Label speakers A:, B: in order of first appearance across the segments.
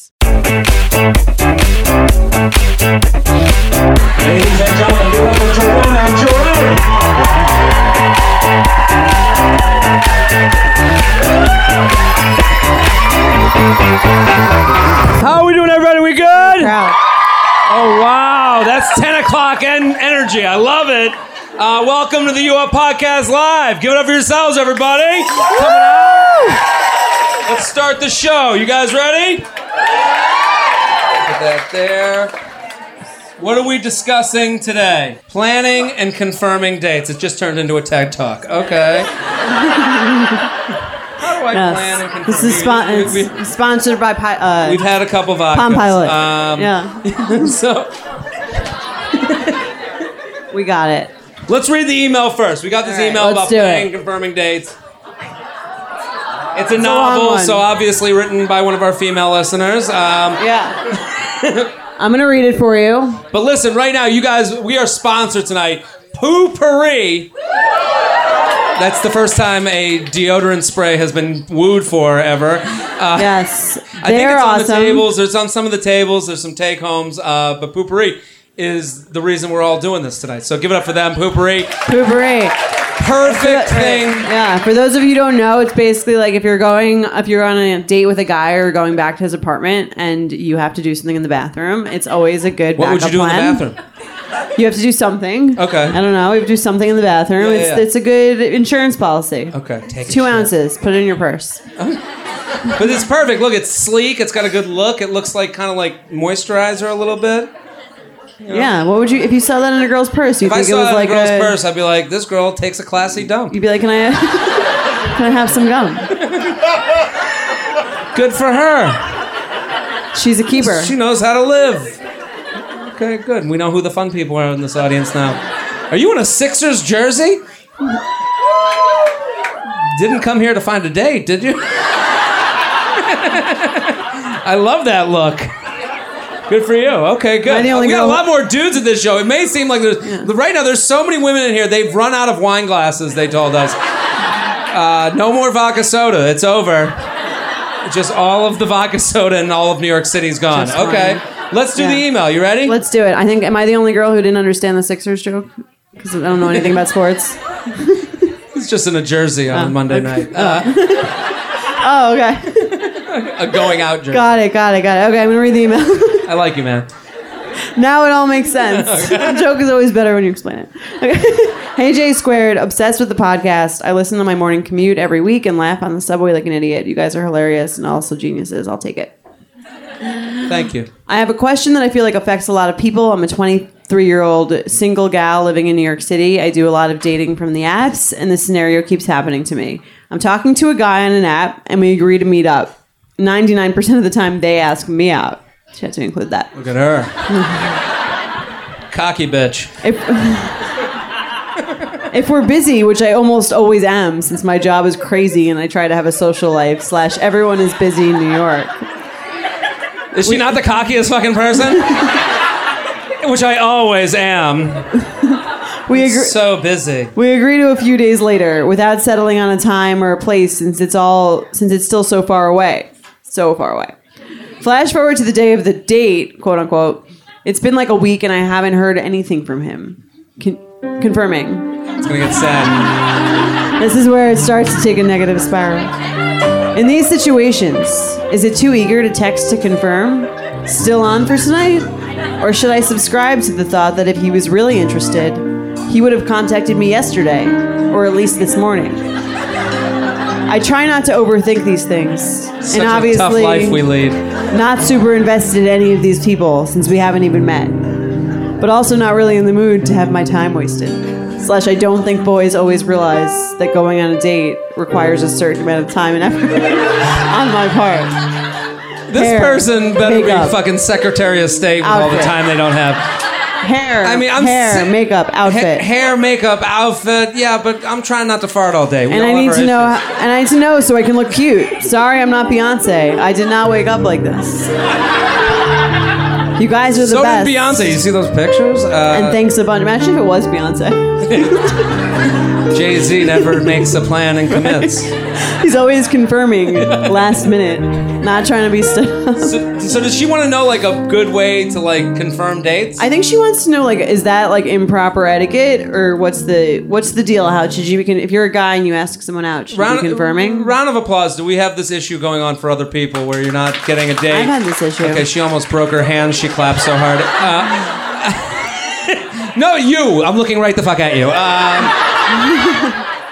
A: Ladies and gentlemen, you're welcome to One and Jerome.
B: How are we doing, everybody? We good? Oh, wow. That's 10 o'clock en- energy. I love it. Uh, welcome to the U Up Podcast Live. Give it up for yourselves, everybody. Coming up. Let's start the show. You guys ready? Put that there. What are we discussing today? Planning and confirming dates. It just turned into a TED Talk. Okay. How do I plan and confirm?
C: Yes. This is spon-
B: We- we-
C: it's sponsored by Pi- uh,
B: We've had a couple vodkas.
C: Palm Pilot.
B: Um,
C: yeah,
B: So
C: we got it.
B: let's read the email first. We got this
C: All right,
B: email
C: let's
B: about
C: do
B: playing
C: it.
B: confirming dates. It's a
C: long
B: novel,
C: one.
B: so obviously written by one of our female listeners. Um,
C: Yeah. I'm gonna read it for you.
B: but listen, right now, you guys, we are sponsored tonight. Poopery. That's the first time a deodorant spray has been wooed for ever. Uh,
C: Yes,
B: I think
C: they're
B: it's on
C: awesome.
B: the tables. There's on some of the tables. There's some take homes. Uh, but Poopery is the reason we're all doing this tonight. So give it up for them, Poopery.
C: Poopery.
B: perfect thing.
C: Yeah. For those of you who don't know, it's basically like if you're going, if you're on a date with a guy or going back to his apartment and you have to do something in the bathroom, it's always a good.
B: What would
C: backup
B: you do in the
C: plan.
B: bathroom?
C: You have to do something.
B: Okay.
C: I don't know. You have to do something in the bathroom.
B: Yeah,
C: it's
B: yeah.
C: it's a good insurance policy.
B: Okay, take a
C: Two
B: shit.
C: ounces. Put it in your purse.
B: But it's perfect. Look, it's sleek. It's got a good look. It looks like kind of like moisturizer a little bit.
C: Yeah. What would you if you saw that in a girl's purse? You
B: If I
C: think
B: saw
C: it was
B: that
C: like
B: in a girl's
C: a,
B: purse, I'd be like, this girl takes a classy dump.
C: You'd be like, can I, can I have some gum?
B: Good for her.
C: She's a keeper.
B: She knows how to live. Okay, good. We know who the fun people are in this audience now. Are you in a Sixers jersey? Didn't come here to find a date, did you? I love that look. Good for you. Okay, good.
C: Am I the only
B: we got a
C: girl-
B: lot more dudes at this show. It may seem like there's right now. There's so many women in here. They've run out of wine glasses. They told us. Uh, no more vodka soda. It's over. Just all of the vodka soda in all of New York City's gone.
C: Just
B: okay,
C: wine.
B: let's do the
C: Yeah.
B: email. You ready?
C: Let's do it. I think, am I the only girl who didn't understand the Sixers joke? Because I don't know anything about sports.
B: It's just in a jersey on a
C: Ah,
B: Monday night. Uh,
C: Oh, okay.
B: a going out jersey.
C: Ah. Got it, got it, got it. Okay, I'm going to read the email.
B: I like you, man.
C: now it all makes sense. The joke is always better when you explain it. Okay. Hey J Squared, obsessed with the podcast. I listen to my morning commute every week and laugh on the subway like an idiot. You guys are hilarious and also geniuses. I'll take it.
B: Thank you.
C: I have a question that I feel like affects a lot of people. I'm a 23 year old single gal living in New York City. I do a lot of dating from the apps, and this scenario keeps happening to me. I'm talking to a guy on an app, and we agree to meet up. 99% of the time, they ask me out. She had to include that.
B: Look at her. Cocky bitch.
C: If, if we're busy, which I almost always am, since my job is crazy and I try to have a social life, slash, everyone is busy in New York.
B: Is she not the cockiest fucking person? Which I always am.
C: We agree.
B: So busy.
C: We agree to a few days later without settling on a time or a place since it's all since it's still so far away. So far away. Flash forward to the day of the date, quote unquote. It's been like a week and I haven't heard anything from him. Con- confirming.
B: It's gonna get sad.
C: This is where it starts to take a negative spiral. In these situations, is it too eager to text to confirm? Still on for tonight? Or should I subscribe to the thought that if he was really interested, he would have contacted me yesterday, or at least this morning? I try not to overthink these things.
B: Such
C: and
B: a tough
C: obviously,
B: life we lead.
C: not super invested in any of these people since we haven't even met. But also not really in the mood to have my time wasted. Slash, I don't think boys always realize that going on a date requires a certain amount of time and effort on my part.
B: This
C: Hair.
B: person better be
C: Makeup.
B: fucking Secretary of State with all the
C: Outfit.
B: time they don't have.
C: Hair.
B: I mean, I'm
C: hair,
B: sick-
C: makeup,
B: Ha-
C: outfit,
B: hair, makeup, outfit. Yeah, but I'm trying not to fart all day. We
C: and
B: all
C: I
B: have
C: need
B: our
C: to know.
B: issues.
C: How, and I need to know so I can look cute. Sorry, I'm not Beyonce. I did not wake up like this. You guys are the
B: So
C: best.
B: did Beyonce. You see those pictures?
C: And
B: Uh,
C: thanks a bunch. Imagine if it was Beyonce.
B: Jay Z never makes a plan and commits.
C: He's always confirming last minute, not trying to be stuck.
B: So, so does she want to know like a good way to like confirm dates?
C: I think she wants to know like, is that like improper etiquette or what's the what's the deal? How should you be? Con- if you're a guy and you ask someone out, should you be confirming?
B: Round of applause. Do we have this issue going on for other people where you're not getting a date?
C: I've had this issue.
B: Okay, she almost broke her hand. She clapped so hard. Uh, no, you. I'm looking right the fuck at you. Um,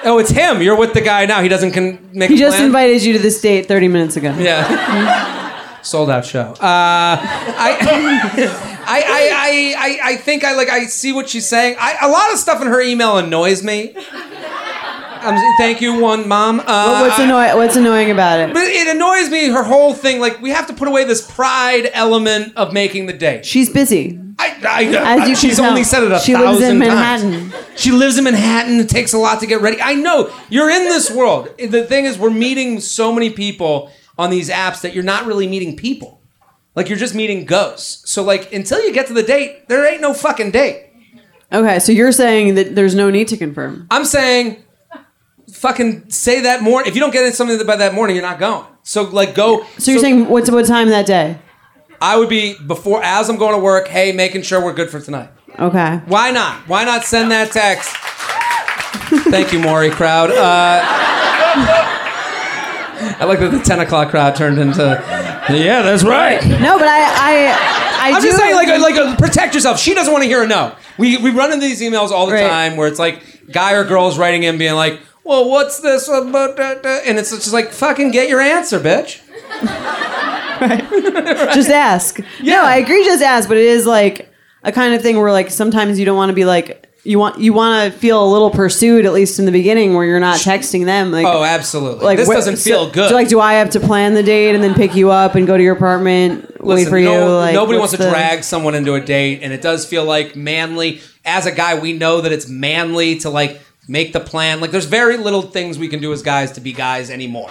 B: oh, it's him. You're with the guy now. He doesn't con- make.
C: He
B: a
C: just
B: plan?
C: invited you to this date 30 minutes ago.
B: Yeah. Sold out show. Uh, I, I, I, I, I, I think I like. I see what she's saying. I, a lot of stuff in her email annoys me. Um, thank you, one mom. Uh,
C: Well, what's
B: I-
C: annoying? What's annoying about it?
B: but it annoys me. Her whole thing. Like we have to put away this pride element of making the day.
C: She's busy.
B: I, I,
C: As you
B: she's
C: can tell,
B: only said it a
C: she lives in
B: thousand
C: Manhattan.
B: times. She lives in Manhattan. It takes a lot to get ready. I know you're in this world. The thing is, we're meeting so many people on these apps that you're not really meeting people. Like you're just meeting ghosts. So like until you get to the date, there ain't no fucking date.
C: Okay, so you're saying that there's no need to confirm.
B: I'm saying, fucking say that more. If you don't get in something by that morning, you're not going. So like go.
C: So you're saying what's what time that day?
B: I would be before as I'm going to work. Hey, making sure we're good for tonight.
C: Okay.
B: Why not? Why not send that text? Thank you, Maury crowd. Uh, I like that the 10 o'clock crowd turned into. Yeah, that's right.
C: No, but I I I
B: I'm
C: do
B: just saying, like, like uh, protect yourself. She doesn't want to hear a no. We, we run into these emails all the
C: Right.
B: time where it's like guy or girls writing in being like, well, what's this? about that- that?" And it's just like, fucking get your answer, bitch.
C: just ask. No, I agree. Just ask, but it is like a kind of thing where like sometimes you don't want to be like you want you want to feel a little pursued at least in the beginning where you're not texting them. Like,
B: Oh, absolutely.
C: like
B: this
C: wh-
B: doesn't
C: so-
B: feel good.
C: So like, do I have to plan the date and then pick you up and go to your apartment, wait
B: Listen,
C: for
B: no-
C: you? Like,
B: nobody
C: what's
B: wants to
C: the-
B: drag someone into a date, and it does feel like manly. As a guy, we know that it's manly to like make the plan. Like, there's very little things we can do as guys to be guys anymore.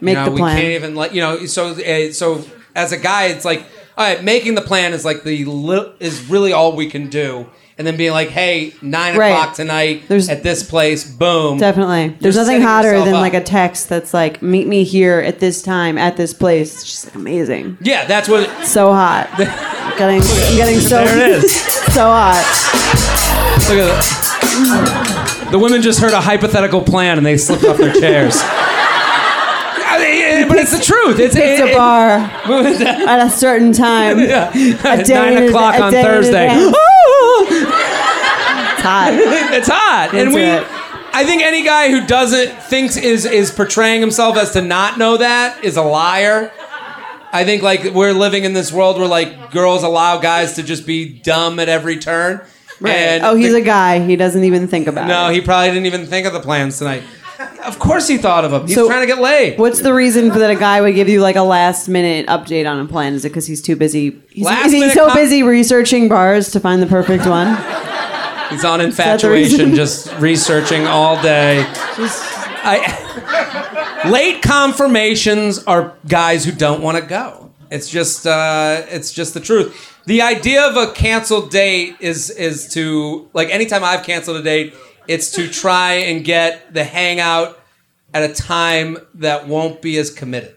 C: make
B: you know,
C: the plan.
B: We can't even like you know. So uh, so as a guy, it's like all right, making the plan is like the li- is really all we can do, and then being like, hey, nine
C: Right.
B: o'clock tonight
C: There's-
B: at this place, boom.
C: Definitely. There's nothing
B: setting
C: hotter
B: yourself
C: than
B: up.
C: like a text that's like, meet me here at this time at this place. It's just amazing.
B: Yeah, that's what.
C: So hot. I'm getting, I'm getting so,
B: There it is.
C: so hot.
B: Look at that. The women just heard a hypothetical plan and they slipped off their chairs. I mean, eh, but it's the truth. It's,
C: It's a bar at a certain time.
B: Yeah.
C: A
B: At
C: day in ad-
B: nine o'clock
C: a
B: on
C: day in
B: Thursday.
C: advance.
B: Ooh!
C: It's hot.
B: it's hot, and
C: Into
B: we.
C: it.
B: I think any guy who doesn't thinks is is portraying himself as to not know that is a liar. I think like we're living in this world where like girls allow guys to just be dumb at every turn. And
C: oh, he's
B: the-
C: a guy. He doesn't even think about
B: no.
C: it.
B: He probably didn't even think of the plans tonight. Of course he thought of them. He's
C: So-
B: trying to get laid.
C: What's the reason for that a guy would give you like a last minute update on a plan? Is it because he's too busy? He's,
B: Last
C: is he
B: minute
C: so
B: com-
C: busy researching bars to find the perfect one?
B: He's
C: that
B: on
C: the
B: infatuation,
C: reason?
B: just researching all day. I, late confirmations are guys who don't want to go. It's just, uh, it's just the truth. The idea of a canceled date is is to like anytime I've canceled a date, it's to try and get the hangout at a time that won't be as committed.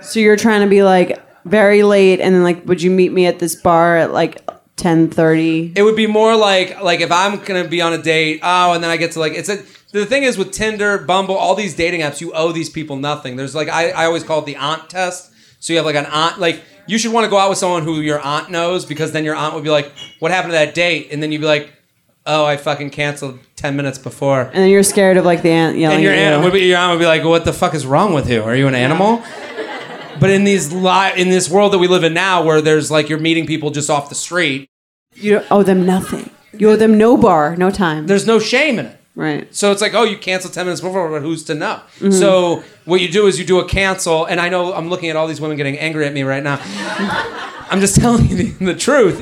C: So you're trying to be like very late, and then like, would you meet me at this bar at like ten thirty?
B: It would be more like like if I'm gonna be on a date, oh, and then I get to like it's a the thing is with Tinder, Bumble, all these dating apps, you owe these people nothing. There's like I, I always call it the aunt test. So you have like an aunt like you should want to go out with someone who your aunt knows because then your aunt would be like, What happened to that date? And then you'd be like, Oh, I fucking canceled ten minutes before.
C: And then you're scared of like the aunt yelling.
B: And your
C: at
B: aunt
C: you.
B: would be your aunt would be like, "What the fuck is wrong with you? Are you an animal?" But in these li- in this world that we live in now, where there's like you're meeting people just off the street,
C: you owe them nothing. You owe them no bar, no time.
B: there's no shame in it.
C: Right. Mm-hmm.
B: So it's like, oh, you cancel 10 minutes before, but who's to know? So what you do is you do a cancel, and I know I'm looking at all these women getting angry at me right now. I'm just telling you the, the truth.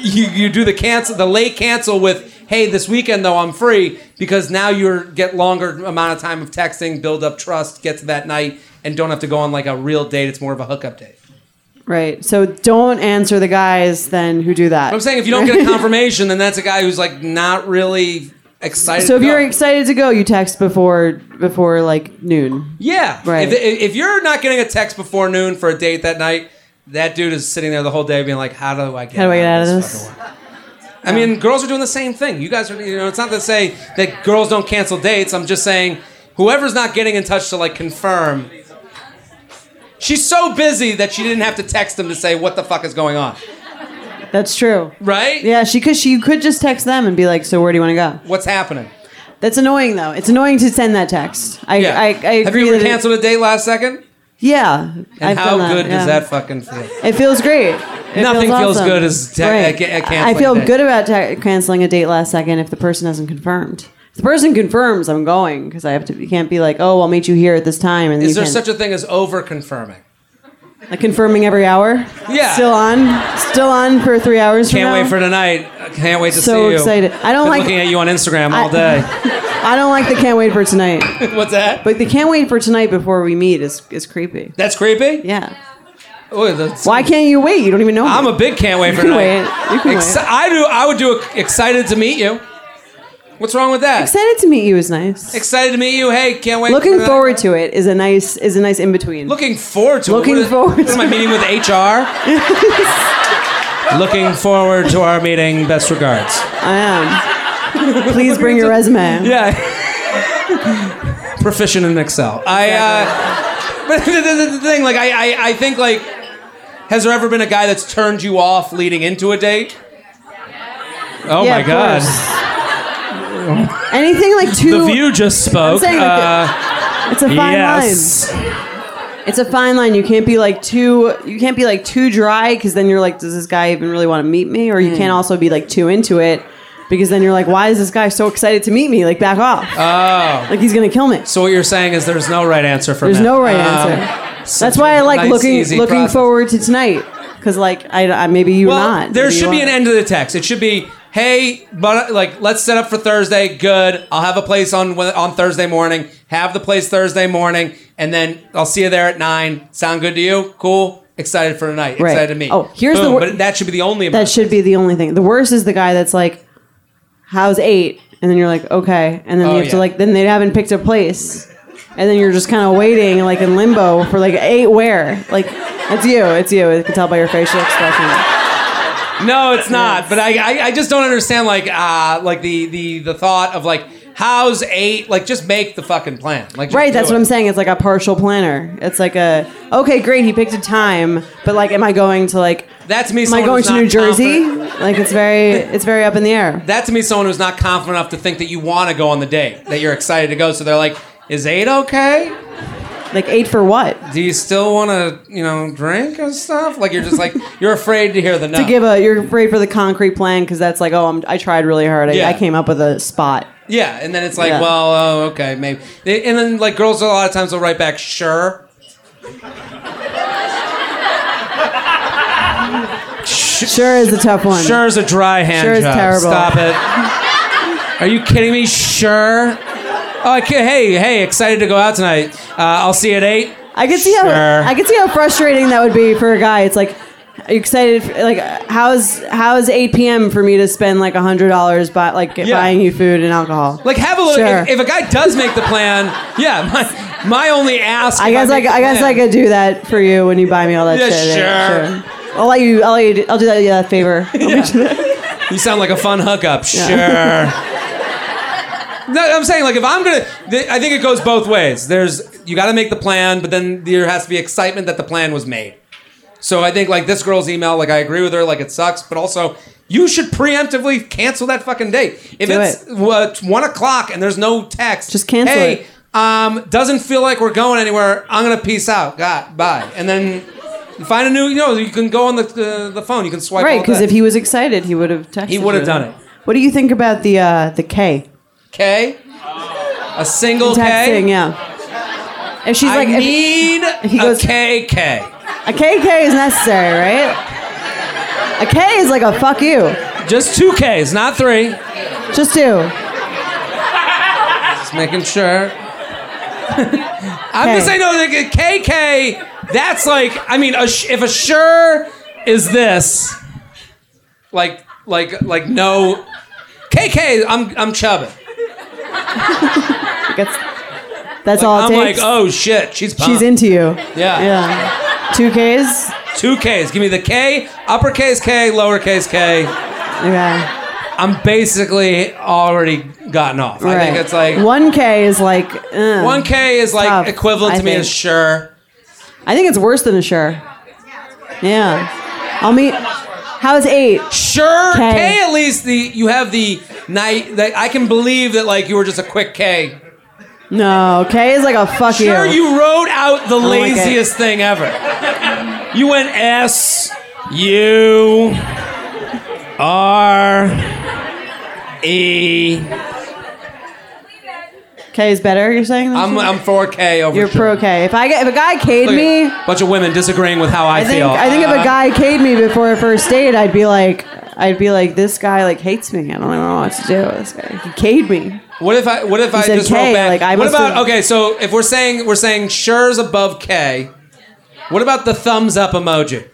B: You, you do the cancel, the late cancel with, hey, this weekend though I'm free, because now you're get longer amount of time of texting, build up trust, get to that night, and don't have to go on like a real date. It's more of a hookup date.
C: Right. So don't answer the guys then who do that.
B: But I'm saying if you don't get a confirmation, then that's a guy who's like not really excited.
C: So if
B: to
C: you're
B: go.
C: excited to go, you text before before like noon.
B: Yeah.
C: Right.
B: If, if you're not getting a text before noon for a date that night, that dude is sitting there the whole day being like, how do I get,
C: How do I get out of this?
B: fucking one?" I mean, girls are doing the same thing. You guys are, you know, it's not to say that girls don't cancel dates. I'm just saying whoever's not getting in touch to like confirm. She's so busy that she didn't have to text him to say what the fuck is going on,
C: That's true.
B: right?
C: Yeah, she could. She you could just text them and be like, "So where do you want to
B: What's happening?
C: go?" That's annoying though. It's annoying to send that text. I I, I agree.
B: have you ever
C: that it-
B: canceled a date last second?
C: Yeah.
B: And
C: I've done
B: how
C: that,
B: good does
C: yeah.
B: that fucking feel?
C: It feels great. It
B: Nothing feels
C: awesome.
B: good as te- at ca- at
C: I
B: canceling
C: feel
B: a date.
C: good about ta canceling a date last second if the person hasn't confirmed. If the person confirms, I'm going because I have to. You can't be like, oh, I'll meet you here at this time, and then
B: Is
C: you
B: there
C: can't-
B: such a thing as over confirming?
C: like confirming every hour?
B: Yeah.
C: still on, still on for three hours.
B: Can't
C: from
B: wait
C: now?
B: for tonight. I Can't wait to
C: So
B: see you.
C: excited. I don't
B: Been
C: like-
B: looking at you on Instagram all
C: I-
B: day.
C: I don't like the can't wait for tonight,
B: What's that?
C: but the can't wait for tonight before we meet is is creepy.
B: That's creepy. Ah,
C: Yeah.
B: Ooh, that's-
C: Why can't you wait? You don't even know.
B: I'm
C: me.
B: a big can't wait for
C: You can
B: tonight.
C: wait. You can
B: Exci-
C: wait.
B: I do. I would do a, excited to meet you. What's wrong with that?
C: Excited to meet you is nice.
B: excited to meet you. Hey, can't wait. for
C: Looking
B: tonight.
C: forward to it is a nice is a nice in between.
B: Looking forward to. it.
C: Looking
B: What is-
C: forward
B: What am I
C: to-
B: meeting with HR? Looking forward to our meeting. Best regards.
C: I am. Please bring your resume.
B: Yeah. Proficient in Excel. I, uh, but the, the, the thing, like, I, I, I think, like, has there ever been a guy that's turned you off leading into a date? Oh
C: Yeah,
B: my
C: of
B: God.
C: course. Anything like two.
B: The View just spoke.
C: saying, like,
B: Uh,
C: It's a fine
B: yes.
C: line. It's a fine line. You can't be like too. You can't be like too dry because then you're like, does this guy even really want to meet me? Or you can't also be like too into it because then you're like, why is this guy so excited to meet me? Like back off.
B: Oh.
C: like he's gonna kill me.
B: So what you're saying is there's no right answer for
C: There's
B: men.
C: no right
B: Um,
C: answer.
B: such
C: That's why I
B: a
C: like
B: nice,
C: looking
B: easy
C: looking
B: process.
C: forward to tonight because like I, I maybe you're
B: Well,
C: not.
B: Um, There
C: Maybe you
B: should be
C: are.
B: an end to the text. It should be, hey, but like, let's set up for Thursday. Good. I'll have a place on on Thursday morning. Have the place Thursday morning, and then I'll see you there at nine. Sound good to you? Cool. Excited for tonight.
C: Right.
B: Excited to meet.
C: Oh, here's the
B: Boom.
C: wor-
B: but that should be the only.
C: That
B: amount.
C: should be the only thing. The worst is the guy that's like, "How's eight? And then you're like, "Okay," and then
B: Oh,
C: you have to
B: yeah.
C: like, then they haven't picked a place, and then you're just kind of waiting, like in limbo for like eight where, like it's you, it's you. I can tell by your facial expression.
B: No, it's not. But I, I, I just don't understand like uh like the the the thought of like how's eight like just make the fucking plan like just
C: Right,
B: do
C: that's
B: it.
C: what I'm saying. It's like a partial planner. It's like a okay, great. He picked a time, but like, am I going to like?
B: That to me,
C: Am I
B: someone
C: going
B: who's
C: to
B: not
C: New Jersey?
B: confident-
C: Like, it's very, it's very up in the air.
B: That to me, is someone who's not confident enough to think that you want to go on the date, that you're excited to go. So they're like, "Is eight okay?
C: Like eight for what?
B: Do you still want to, you know, drink and stuff?" Like you're just like you're afraid to hear the no.
C: to give a you're afraid for the concrete plan because that's like oh I'm, i tried really hard I,
B: Yeah.
C: I came up with a spot
B: yeah, and then it's like,
C: Yeah.
B: "Well, oh, okay, maybe." They- And then like girls, a lot of times will write back, "Sure."
C: sure is a tough one
B: Sure is a dry hand
C: Sure is
B: job.
C: terrible.
B: Stop it. Are you kidding me? Sure. Oh, I can't. Hey, hey, excited to go out tonight. Uh, I'll see you at eight.
C: i can see
B: Sure.
C: how i can see how frustrating that would be for a guy it's like are you excited for, like how's how's 8 p.m for me to spend like hundred dollars by like
B: Yeah.
C: buying you food and alcohol
B: Like have a look.
C: Sure.
B: If, if a guy does make the plan, yeah. My my only ask.
C: i
B: if
C: guess i,
B: make the
C: I guess i
B: plan-
C: could do that for you when you buy me all that
B: Yeah,
C: shit
B: sure.
C: i'll let you i'll let you do, i'll do that yeah favor
B: You sound like a fun hookup. Sure. no, I'm saying like if I'm gonna, th- I think it goes both ways. There's you got to make the plan, but then there has to be excitement that the plan was made. So I think like this girl's email, like I agree with her, like it sucks, but also you should preemptively cancel that fucking date. If
C: Do
B: it's
C: it.
B: what, one o'clock and there's no text,
C: Just cancel
B: hey,
C: it.
B: um, doesn't feel like we're going anywhere. I'm gonna peace out. God, bye, and then. Find a new, you know, you can go on the uh, the, the phone. You can swipe.
C: right
B: all
C: because
B: day.
C: if he was excited he would have texted
B: He would have
C: you.
B: done it.
C: what do you think about the uh the k
B: K? A single
C: Texting,
B: K?
C: yeah. If she's
B: I
C: like, if-
B: need
C: He
B: a
C: goes-
B: KK.
C: a KK is necessary, right? A K is like a fuck you.
B: Just two Ks, not three.
C: Just do.
B: Just making sure. I'm
C: K.
B: just saying, no, like a KK, that's like, I mean, a sh- if a sure is this, like, like, like no, KK, I'm, I'm chubbing.
C: That's, that's all it
B: I'm like,
C: takes.
B: oh shit, she's pumped.
C: She's into you.
B: Yeah.
C: Yeah. Two Ks.
B: Two Ks. Give me the K, uppercase K, lowercase K.
C: Yeah.
B: I'm basically already gotten off. I think it's like
C: one K is like uh,
B: one K is like
C: Tough,
B: equivalent
C: I
B: to me
C: think.
B: as sure.
C: I think it's worse than a sure. Yeah. I'll meet. How is eight?
B: Sure, K.
C: K.
B: at least the you have the night that I can believe that like you were just a quick K.
C: No, K is like a fuck
B: Sure,
C: you.
B: you wrote out the
C: don't like it.
B: laziest thing ever. You went S U R E.
C: K is better. You're saying?
B: I'm I'm four K over.
C: You're
B: sure.
C: pro K. If I get, if a guy K'd
B: Look
C: me,
B: at- bunch of women disagreeing with how I,
C: I think
B: feel.
C: I think if
B: Uh,
C: a guy K'd me before a first date, I'd be like, I'd be like, this guy like hates me. I don't know what to do. with This guy he K'd me.
B: What if I? What if I
C: said
B: just
C: K,
B: wrote back?
C: like, I
B: what
C: must
B: about?
C: have-
B: Okay, so if we're saying we're saying sure's above K, what about the thumbs up emoji?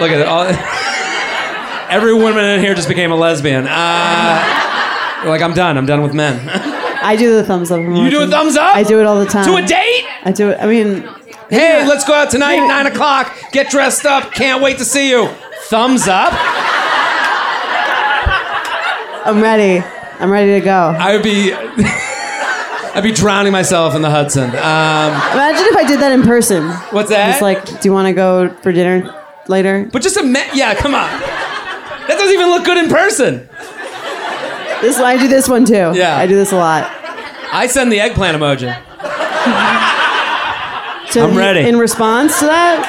B: Look at it. All, every woman in here just became a lesbian. Uh, like I'm done. I'm done with men.
C: I do the thumbs up.
B: You do a thumbs up?
C: I do it all the time.
B: to a date?
C: I do it. I mean,
B: Hey, let's go out tonight.
C: Yeah.
B: Nine o'clock. Get dressed up. Can't wait to see you. Thumbs up.
C: I'm ready. I'm ready to go.
B: I would be. I'd be drowning myself in the Hudson. Um,
C: Imagine if I did that in person.
B: what's that?
C: It's like, do you want to go for dinner later?
B: But just a me- yeah, come on. That doesn't even look good in person.
C: This I do this one too.
B: Yeah.
C: I do this a lot.
B: I send the eggplant emoji.
C: So
B: I'm ready.
C: In response to that,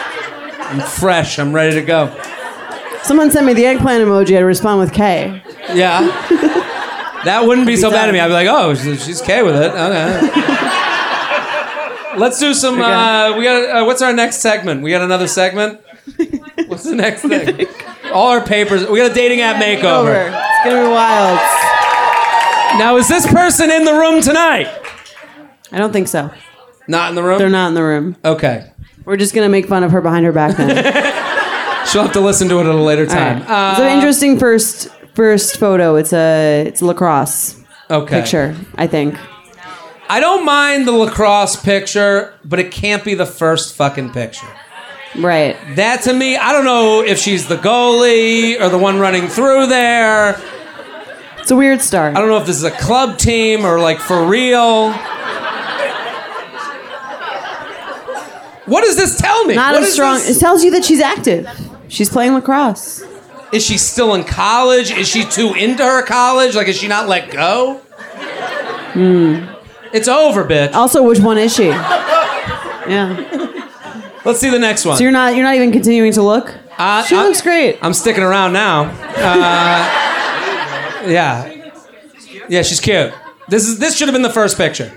B: I'm fresh. I'm ready to go.
C: someone sent me the eggplant emoji. I'd respond with K.
B: Yeah. That wouldn't be so bad
C: done.
B: to me. I'd be like, oh, she's she's okay with it. Okay. Let's do some. Uh, we got. Uh, what's our next segment? We got another segment. What's the next thing? All our papers. We got a dating app
C: Over.
B: makeover.
C: It's gonna be wild.
B: Now, is this person in the room tonight?
C: I don't think so.
B: Not in the room.
C: They're not in the room.
B: Okay.
C: We're just gonna make fun of her behind her back then.
B: She'll have to listen to it at a later
C: All
B: time.
C: right. it's an interesting first first photo. It's a it's a lacrosse
B: okay.
C: picture. I think.
B: I don't mind the lacrosse picture, but it can't be the first fucking picture.
C: Right.
B: That to me, I don't know if she's the goalie or the one running through there.
C: It's a weird start.
B: I don't know if this is a club team or like for real. What does this tell me?
C: Not
B: What
C: as
B: is
C: strong.
B: this-
C: It tells you that she's active. She's playing lacrosse.
B: Is she still in college? Is she too into her college? Like, is she not let go? Hmm. It's over, bitch.
C: Also, which one is she? Yeah.
B: Let's see the next one.
C: So you're not you're not even continuing to look.
B: Uh,
C: she
B: I'm-
C: looks great.
B: I'm sticking around now. Uh, yeah, yeah, she's cute. This is this should have been the first picture.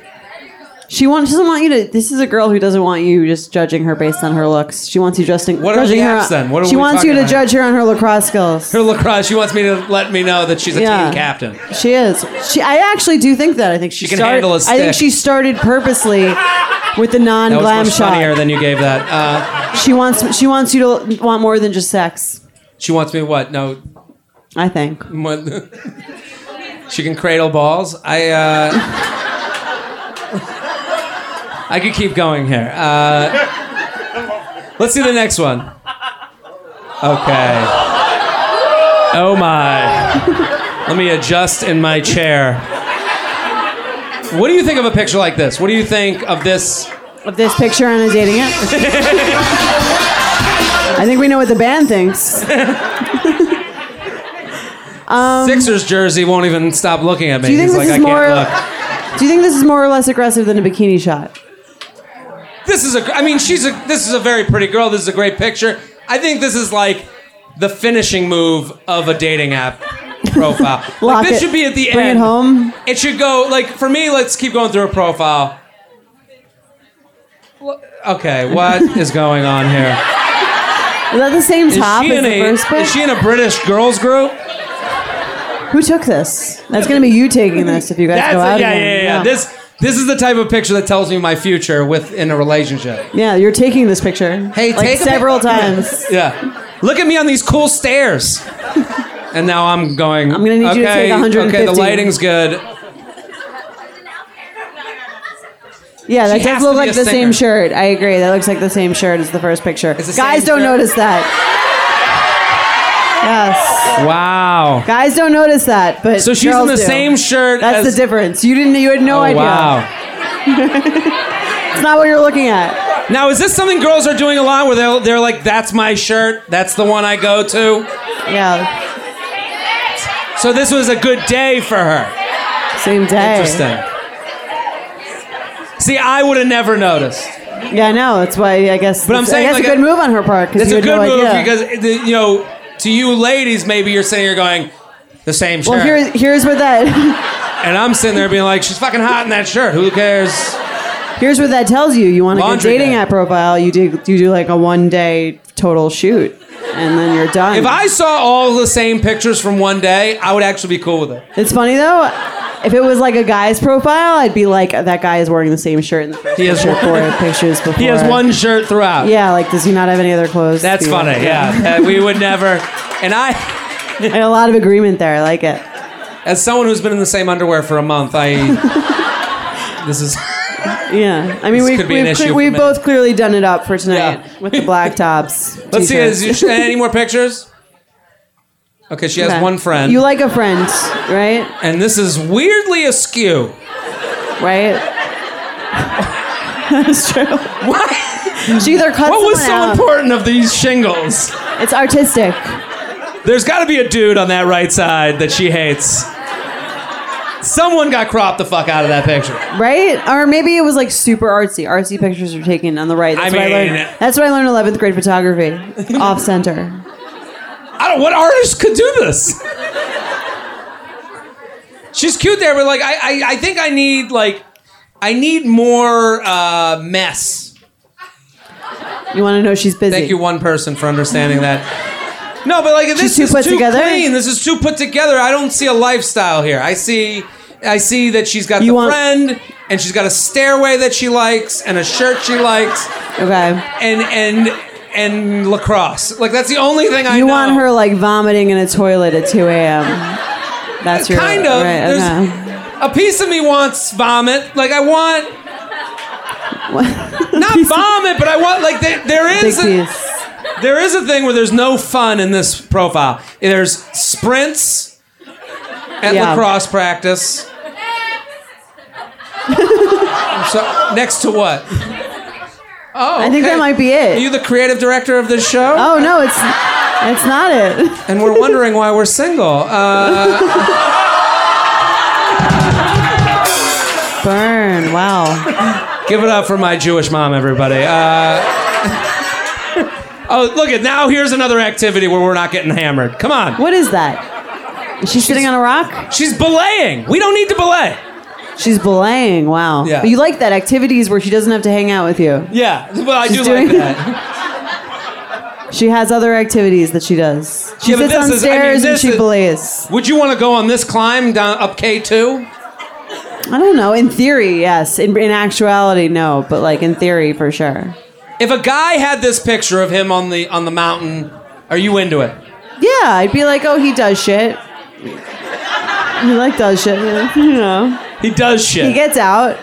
C: She wants she doesn't want you to. This is a girl who doesn't want you just judging her based on her looks. She wants you judging.
B: What are
C: judging
B: the
C: her
B: apps
C: on-
B: then? What are
C: she
B: we
C: wants you to
B: talking about?
C: judge her on her lacrosse skills.
B: Her lacrosse. She wants me to let me know that she's a
C: Yeah.
B: team captain.
C: She is. She. I actually do think that. I think she,
B: She can
C: started,
B: handle a
C: I think
B: stick.
C: she started purposely with the
B: That was
C: non-glam
B: much funnier
C: shot.
B: than you gave that. Uh,
C: She wants. She wants you to want more than just sex.
B: she wants me what? No,
C: I think.
B: what- she can cradle balls. I. Uh, I could keep going here. Uh, let's see the next one. Okay. Oh my. Let me adjust in my chair. What do you think of a picture like this? What do you think of this?
C: Of this picture on a dating app. I think we know what the band thinks.
B: Sixers jersey won't even stop looking at me.
C: Um, Do you think
B: He's
C: this
B: like,
C: is
B: I
C: more?
B: can't look.
C: Do you think this is more or less aggressive than a bikini shot?
B: this is a i mean she's a this is a very pretty girl this is a great picture i think this is like the finishing move of a dating app profile.
C: Lock
B: like this
C: it.
B: should be at the
C: Bring it
B: end.
C: home.
B: It should go like for me. Let's keep going through a profile. Wha- Okay, what is going on here?
C: Is that the same
B: Is
C: top
B: she,
C: as
B: in
C: the
B: a,
C: first book?
B: is she in a British girls group?
C: Who took this? That's gonna be you taking this if you guys
B: That's
C: go out.
B: yeah, yeah,
C: again.
B: yeah, yeah. This this is the type of picture that tells me my future with in a relationship.
C: Yeah, you're taking this picture.
B: Hey,
C: like
B: take a pic-
C: several times.
B: Yeah. Look at me on these cool stairs. And now I'm going.
C: I'm gonna need you to take 150.
B: Okay, the lighting's good.
C: Yeah, that
B: She has
C: does
B: to
C: look
B: be
C: like
B: a
C: the
B: singer.
C: same shirt. I agree. That looks like the same shirt as the first picture.
B: It's the
C: Guys
B: same
C: don't
B: shirt.
C: notice that. Yes.
B: Wow.
C: Guys don't notice that, but
B: So she's in
C: girls
B: the
C: do.
B: same shirt.
C: That's
B: as,
C: the difference. You didn't. You had no
B: Oh,
C: idea.
B: wow.
C: It's not what you're looking at.
B: Now is this something girls are doing a lot, where they're they're like, "That's my shirt. That's the one I go to."
C: Yeah.
B: So this was a good day for her.
C: Same day.
B: Interesting. See, I would have never noticed.
C: Yeah, I know. That's why I guess.
B: But I'm
C: I
B: saying,
C: guess
B: like,
C: a good
B: a-
C: move on her part because
B: That's
C: you
B: a
C: had
B: good
C: no
B: move
C: idea.
B: because it- you know, to you ladies, maybe you're sitting here going, "The same shirt,"
C: well, here, here's where that
B: and I'm sitting there being like, "She's fucking hot in that shirt. Who cares?"
C: here's what that tells you. You want a good
B: Laundry
C: dating
B: day.
C: app profile. You do you do like a one day total shoot, and then you're done.
B: If I saw all the same pictures from one day, I would actually be cool with it.
C: It's funny though. If it was like a guy's profile, I'd be like, that guy is wearing the same shirt in the first
B: He has
C: picture
B: one-
C: four pictures before.
B: He has one shirt throughout.
C: Yeah, like does he not have any other clothes?
B: That's
C: to-
B: funny. Yeah, Uh, we would never. And I,
C: And a lot of agreement there. I like it.
B: as someone who's been in the same underwear for a month, I. This is.
C: Yeah. I mean,
B: This
C: we,
B: could be an
C: we've,
B: issue
C: cle-
B: for
C: we've
B: me.
C: both clearly done it up for tonight
B: Yeah.
C: with the black tops.
B: Let's see.
C: t-shirts.
B: Is you, sh- any more pictures? Okay, she has
C: Okay.
B: one friend,
C: You like a friend, right?
B: and this is weirdly askew.
C: Right? That's true.
B: What?
C: She either cuts
B: What was so
C: someone out.
B: important of these shingles?
C: It's artistic.
B: There's got to be a dude on that right side that she hates. Someone got cropped the fuck out of that picture.
C: Right? Or maybe it was like super artsy. Artsy pictures are taken on the right. That's
B: I
C: what I
B: mean-
C: learned. That's what I learned in eleventh grade photography. Off center.
B: I don't. What artist could do this? She's cute there, but like, I, I, I think I need like, I need more uh, mess.
C: You want to know she's busy.
B: Thank you, one person, for understanding that. No, but like this
C: too
B: is
C: put
B: too
C: together?
B: clean. This is too put together. I don't see a lifestyle here. I see, I see that she's got
C: You
B: the
C: want-
B: friend, and she's got a stairway that she likes, and a shirt she likes,
C: Okay.
B: and and and lacrosse. Like that's the only thing I
C: You
B: know.
C: want her like vomiting in a toilet at 2 a.m. That's your
B: Kind of.
C: Right,
B: There's-
C: okay.
B: A piece of me wants vomit. Like I want
C: What?
B: not vomit, but I want like there, there
C: Big
B: is a,
C: piece.
B: there is a thing where there's no fun in this profile. There's sprints at
C: Yeah.
B: lacrosse practice. so next to what? Oh,
C: I think
B: okay.
C: that might be
B: Are
C: it.
B: you the creative director of this show?
C: oh no, it's that's not it.
B: And we're wondering why we're single. Uh,
C: Burn. Wow.
B: give it up for my Jewish mom, everybody. Uh, oh, look at now. Here's another activity where we're not getting hammered. Come on.
C: What is that? Is she sitting on a rock?
B: She's belaying. We don't need to belay.
C: She's belaying. Wow.
B: Yeah.
C: But you like that activities where she doesn't have to hang out with you.
B: Yeah, well, I
C: She's
B: do like
C: doing-
B: that.
C: She has other activities that she does. She
B: Yeah, but
C: sits
B: this
C: on
B: is- I mean,
C: stairs and
B: this
C: she
B: is-
C: belays.
B: Would you want to go on this climb down up K two?
C: I don't know. In theory, yes. In, in actuality, no. But like in theory, for sure.
B: If a guy had this picture of him on the on the mountain, are you into it?
C: Yeah, I'd be like, oh, he does shit. He like does shit. You know,
B: He does shit.
C: he gets out.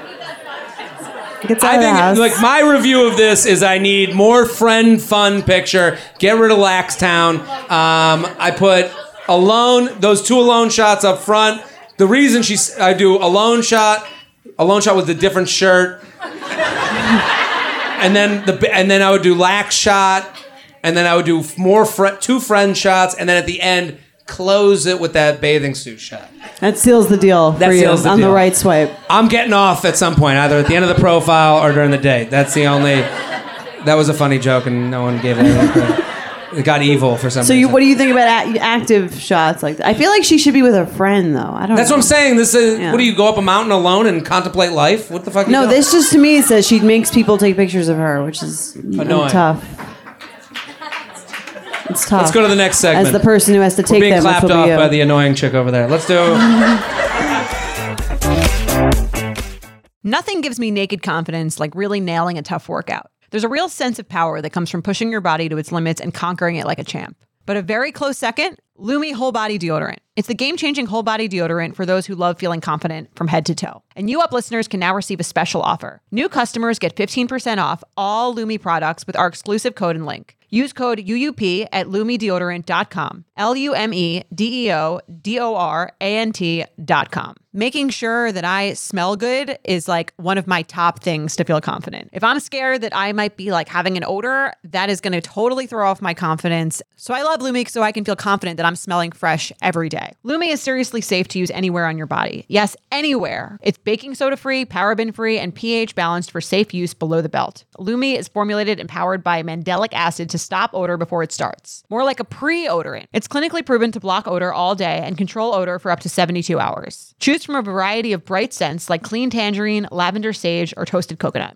C: Gets out
B: I
C: of the house.
B: think like my review of this is I need more friend fun picture. Get rid of Lax Town. Um, I put alone those two alone shots up front. The reason she s- I do alone shot, alone shot with a different shirt, and then the and then I would do Lax shot, and then I would do f- more fr- two friend shots, and then at the end close it with that bathing suit shot.
C: that seals the deal
B: That
C: for you
B: seals the
C: on
B: deal.
C: the right swipe.
B: I'm getting off at some point, either at the end of the profile or during the date. That's the only. That was a funny joke, and no one gave it. any credit. It got evil for some
C: So, you,
B: reason.
C: what do you think about a- active shots like that? I feel like she should be with a friend, though. I don't.
B: That's
C: know.
B: what I'm saying. This is
C: Yeah.
B: what do you go up a mountain alone and contemplate life? What the fuck? you
C: No,
B: doing?
C: this just to me says she makes people take pictures of her, which is
B: Annoying.
C: tough. It's tough.
B: Let's go to the next segment.
C: As the person who has to
B: We're
C: take
B: being
C: them, which
B: clapped
C: will be
B: off
C: you.
B: by the annoying chick over there. Let's do.
D: Nothing gives me naked confidence like really nailing a tough workout. There's a real sense of power that comes from pushing your body to its limits and conquering it like a champ. But a very close second, Lumi Whole Body Deodorant. It's the game changing whole body deodorant for those who love feeling confident from head to toe. And you up listeners can now receive a special offer. New customers get 15% off all Lumi products with our exclusive code and link. Use code UUP at lumideodorant.com. L U M E D E O D O R A N T.com. Making sure that I smell good is like one of my top things to feel confident. If I'm scared that I might be like having an odor, that is going to totally throw off my confidence. So I love Lumi so I can feel confident that I'm smelling fresh every day. Lumi is seriously safe to use anywhere on your body. Yes, anywhere. It's baking soda free, paraben free, and pH balanced for safe use below the belt. Lumi is formulated and powered by mandelic acid to stop odor before it starts. More like a pre-odorant. It's clinically proven to block odor all day and control odor for up to 72 hours. Choose from a variety of bright scents like clean tangerine, lavender sage, or toasted coconut.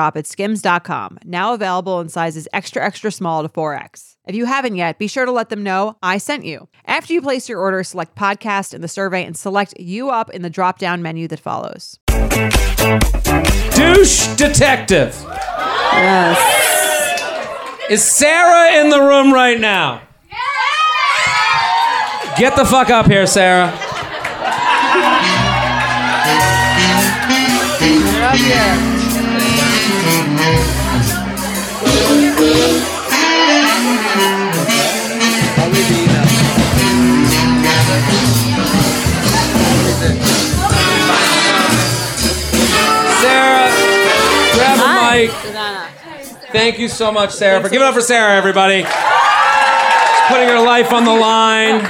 D: at skims.com, now available in sizes extra, extra small to 4X. If you haven't yet, be sure to let them know I sent you. After you place your order, select podcast in the survey and select you up in the drop down menu that follows.
B: Douche detective.
C: Yes.
B: Is Sarah in the room right now? Get the fuck up here, Sarah. Sarah, grab a mic. Thank you so much, Sarah. for give it up for Sarah, everybody. She's putting her life on the line.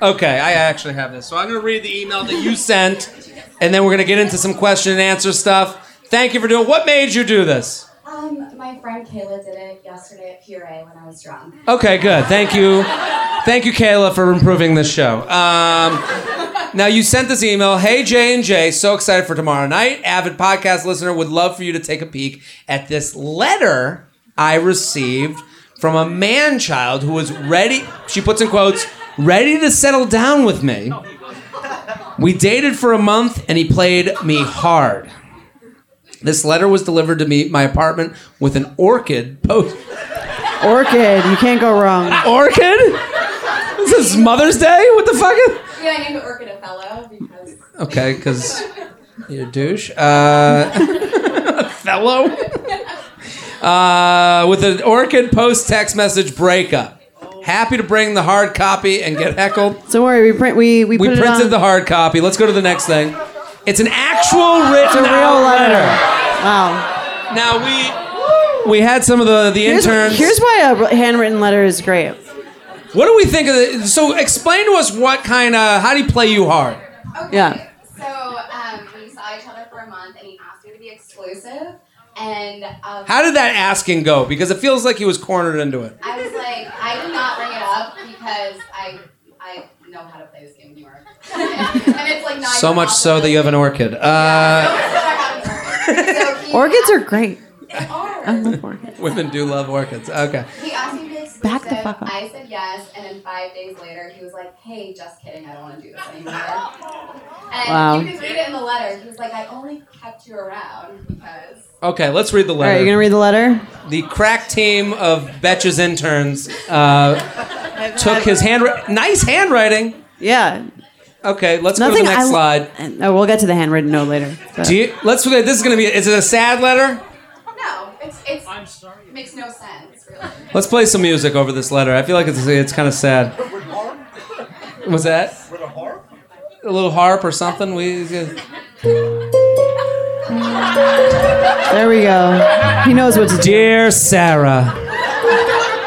B: Okay, I actually have this. So I'm going to read the email that you sent, and then we're going to get into some question and answer stuff. Thank you for doing. What made you do this?
E: Um, my friend Kayla did it yesterday at Puree when I was drunk.
B: Okay, good. Thank you, thank you, Kayla, for improving this show. Um, now you sent this email. Hey J and J, so excited for tomorrow night. Avid podcast listener would love for you to take a peek at this letter I received from a man child who was ready. She puts in quotes, ready to settle down with me. We dated for a month, and he played me hard. This letter was delivered to me at my apartment with an orchid post.
C: Orchid. You can't go wrong.
B: Orchid? This is Mother's Day? What the fuck?
E: Yeah, I named it Orchid Othello because
B: Okay, because you're a douche. Uh, fellow? Uh, with an orchid post text message breakup. Happy to bring the hard copy and get heckled.
C: Don't worry. We print. We we,
B: We
C: put it on.
B: printed the hard copy. Let's go to the next thing. It's an actual written
C: real
B: out
C: letter.
B: letter.
C: wow.
B: Now we we had some of the the
C: Here's,
B: interns.
C: here's why a handwritten letter is great.
B: What do we think of the? So explain to us what kind of how do you play you hard?
E: Okay.
C: Yeah.
E: So um, we saw each other for a month, and he asked me to be exclusive, and um,
B: How did that asking go? Because it feels like he was cornered into it.
E: I was like, I did not bring it up because I I know how to play this game, New York. and it's like not
B: So
E: even
B: much so that you have an orchid.
E: possible.
B: Uh,
E: So much so I got an orchid. So he
C: Orchids are
E: asked-
C: great.
E: They are.
C: I love orchids.
B: women do love orchids. Okay.
E: He asked me to be exclusive.
C: Back the fuck up.
E: I said yes, and then five days later, he was like, "Hey, just kidding. I don't want to do this anymore." And
C: Wow.
E: you can read it in the letter. He was like, "I only kept you around because."
B: Okay. Let's read the
C: All right,
B: letter.
C: you're gonna read the letter.
B: the crack team of Betches interns uh, took his handwriting. Nice handwriting.
C: Yeah.
B: Okay. Let's go
C: Nothing.
B: to the next
C: I-
B: slide.
C: and- oh, we'll get to the handwritten note later. but-
B: Do you, let's look at this. Is gonna be. Is it a sad letter?
E: No, it's it's. I'm sorry. Makes no sense, really.
B: Let's play some music over this letter. I feel like it's it's kind of sad. Was that? With a harp? A little harp or something. We.
C: there we go. He knows what to do.
B: Dear Sarah,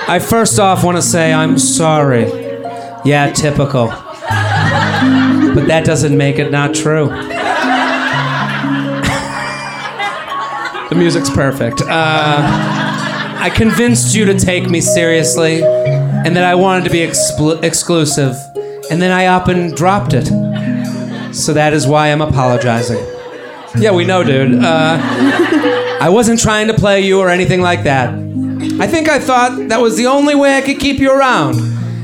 B: I first off want to say I'm sorry. Yeah, typical. But that doesn't make it not true. the music's perfect. Uh, I convinced you to take me seriously and that I wanted to be exclu- exclusive, and then I up and dropped it. So that is why I'm apologizing. Yeah, we know, dude. Uh, I wasn't trying to play you or anything like that. I think I thought that was the only way I could keep you around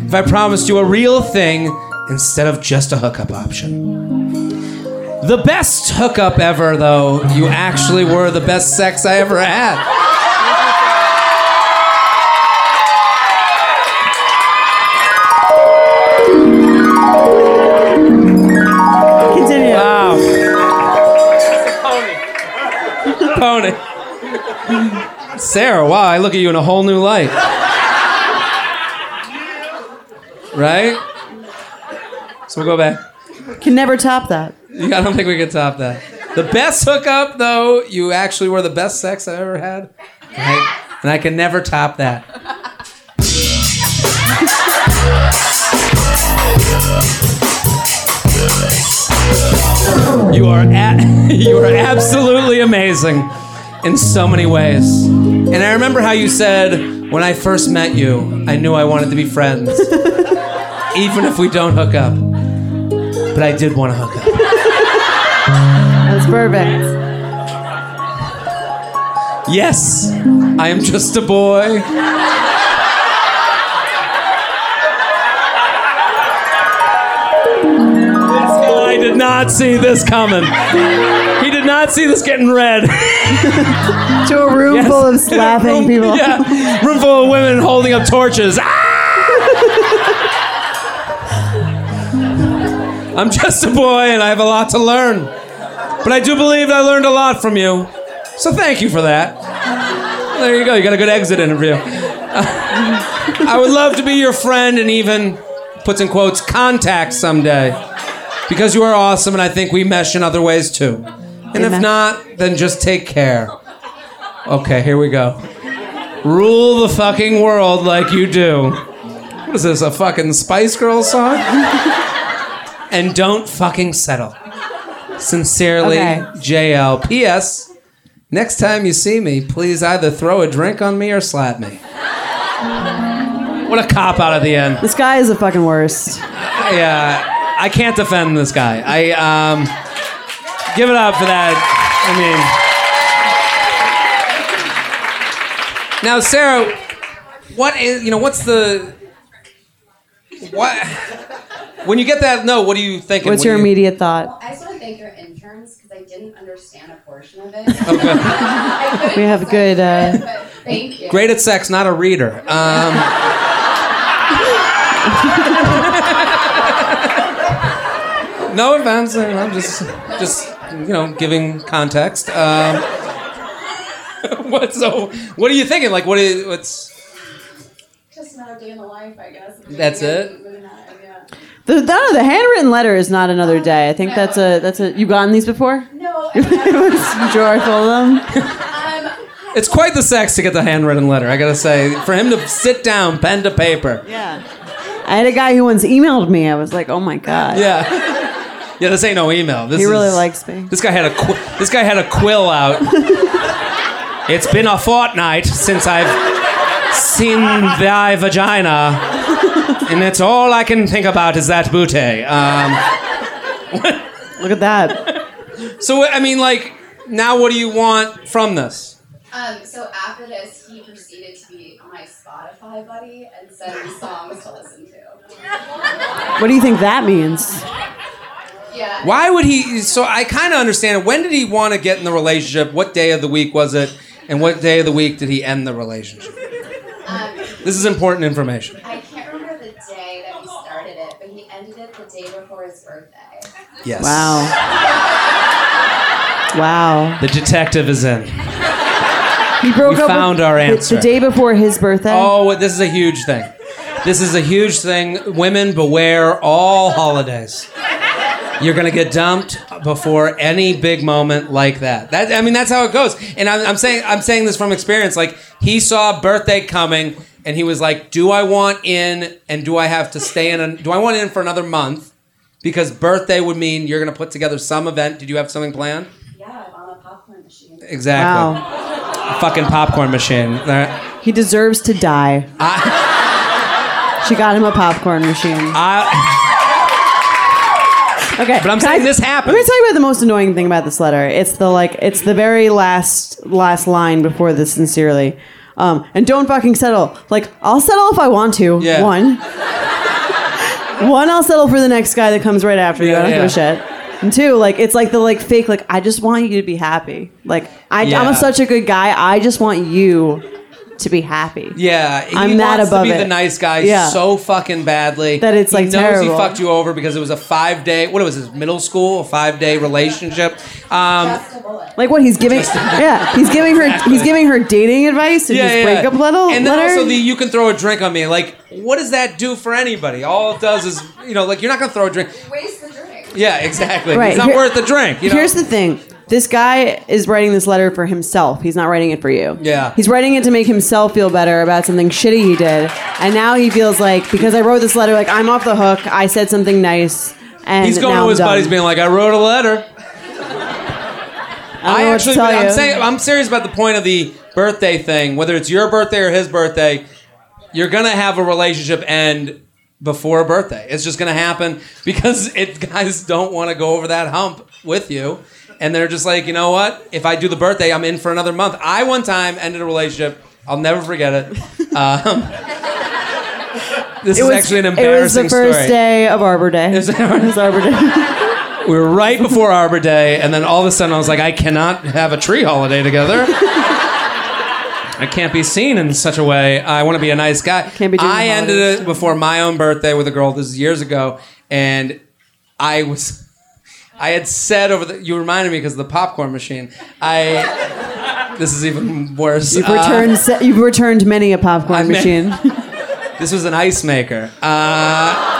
B: if I promised you a real thing instead of just a hookup option. The best hookup ever, though, you actually were the best sex I ever had.
C: Continue.
B: Wow. Pony. Sarah, wow, I look at you in a whole new light. Right? So we'll go back.
C: Can never top that.
B: I don't think we can top that. The best hookup, though, you actually were the best sex I ever had. Right? And I can never top that. you are at, you are absolutely amazing in so many ways. And I remember how you said when I first met you, I knew I wanted to be friends, even if we don't hook up. But I did want to hook up.
C: That's perfect.
B: Yes, I am just a boy. I did not see this coming. He did not see this getting read.
C: To a room
B: Yes.
C: full of laughing people.
B: yeah, room full of women holding up torches. Ah! I'm just a boy and I have a lot to learn. But I do believe I learned a lot from you. So thank you for that. There you go, you got a good exit interview. I would love to be your friend and even, puts in quotes, contact someday. Because you are awesome and I think we mesh in other ways too. And if
C: Amen.
B: not, then just take care. Okay, here we go. Rule the fucking world like you do. What is this, a fucking Spice Girl song? and don't fucking settle. Sincerely,
C: Okay.
B: JL. P.S. Next time you see me, please either throw a drink on me or slap me. What a cop out at the end.
C: This guy is the fucking worst.
B: Yeah, I can't defend this guy. I um, give it up for that. I mean, now Sarah, what is you know what's the what when you get that note? What do you think?
C: What's your immediate thought?
E: I just want to thank your interns because I didn't understand a portion of it.
B: Okay.
E: I couldn't
C: We have good,
E: decipher it,
C: uh,
E: but thank you.
B: Great at sex, not a reader. Um,
C: uh,
B: no offense, you know, I'm just just you know giving context. Um, what so? What are you thinking? Like, what is what's?
E: Just another day in the life, I guess.
B: That's it?
E: Moving on, yeah.
C: The, no, the handwritten letter is not another day. I think that's a that's a. You've gotten these before?
E: No, I
C: it
E: haven't.
C: was drawer full of them.
E: um,
B: It's quite the sex to get the handwritten letter. I gotta say, for him to sit down, pen to paper.
C: Yeah. I had a guy who once emailed me. I was like, oh my God.
B: Yeah. Yeah, this ain't no email. This
C: He really
B: is-
C: likes me.
B: This guy had a qu- this guy had a quill out. it's been a fortnight since I've seen thy vagina, and that's all I can think about is that booty. Um,
C: Look at that.
B: so I mean, like, now what do you want from this?
E: Um, so after this, he proceeded to be my Spotify buddy and send me songs to listen to.
C: What do you think that means?
E: Yeah.
B: Why would he? So I kind of understand. When did he want to get in the relationship? What day of the week was it? And what day of the week did he end the relationship?
E: Um,
B: This is important information.
E: I can't remember the day that we started it, but he ended it the day before his birthday.
B: Yes.
C: Wow. Wow.
B: The detective is in.
C: He broke
B: We
C: up
B: found
C: with,
B: our
C: the-
B: answer.
C: The, day before his birthday.
B: Oh, this is a huge thing. This is a huge thing. Women beware all holidays. You're gonna get dumped before any big moment like that. That I mean, that's how it goes. And I'm, I'm saying I'm saying this from experience. Like he saw birthday coming, and he was like, "Do I want in? And do I have to stay in? And do I want in for another month? Because birthday would mean you're gonna put together some event. Did you have something planned?
E: Yeah, on the popcorn machine.
B: Exactly.
C: Wow.
B: Oh, Fucking popcorn machine. All right.
C: He deserves to die. she got him a popcorn machine.
B: I,
C: Okay.
B: but I'm
C: can
B: saying
C: I-
B: this happened.
C: Let me tell you about the most annoying thing about this letter. It's the like it's the very last last line before the sincerely. Um, and don't fucking settle. Like, I'll settle if I want to.
B: Yeah.
C: One. One, I'll settle for the next guy that comes right after you.
B: Yeah,
C: I don't
B: yeah.
C: give a shit. And two, like it's like the like fake, like, I just want you to be happy. Like I,
B: Yeah.
C: I'm a, such a good guy. I just want you to be happy.
B: Yeah, he
C: I'm that
B: wants
C: above
B: to be
C: it.
B: the nice guy
C: Yeah.
B: so fucking badly
C: That it's,
B: he
C: like,
B: knows he
C: terrible.
B: fucked you over because it was a five day. What was this? Middle school, a five day relationship. Um,
E: Just a bullet.
C: Like what he's giving Yeah. He's giving her he's giving her dating advice and
B: yeah,
C: his
B: yeah.
C: breakup letter.
B: and then
C: letter.
B: also the you can throw a drink on me. Like, what does that do for anybody? All it does is you know, like you're not gonna throw a drink.
E: Waste the drink.
B: Yeah, exactly.
C: Right,
B: It's not
C: here-
B: worth the drink. You know?
C: Here's the thing. This guy is writing this letter for himself. He's not writing it for you.
B: Yeah.
C: He's writing it to make himself feel better about something shitty he did. And now he feels like because I wrote this letter like I'm off the hook. I said something nice and
B: He's going
C: now
B: to
C: I'm
B: his
C: done.
B: buddies, being like, "I wrote a letter."
C: don't
B: I,
C: know what to
B: actually,
C: tell
B: I'm
C: you.
B: saying, I'm serious about the point of the birthday thing. Whether it's your birthday or his birthday, you're gonna have a relationship end before a birthday. It's just gonna happen because it guys don't want to go over that hump with you, and they're just like, you know what? If I do the birthday, I'm in for another month. I one time ended a relationship. I'll never forget it. Um, this is actually an embarrassing
C: It was the first
B: story.
C: day of Arbor Day. It
B: was-
C: was Arbor Day.
B: We were right before Arbor Day, and then all of a sudden I was like, I cannot have a tree holiday together. I can't be seen in such a way. I want to be a nice guy.
C: Can't be doing
B: I
C: the
B: ended it before my own birthday with a girl. This is years ago, and I was, I had said over the. You reminded me because of the popcorn machine. I. This is even worse.
C: You've
B: Uh,
C: returned se- you've returned many a popcorn
B: I've ma-
C: machine.
B: this was an ice maker. Uh,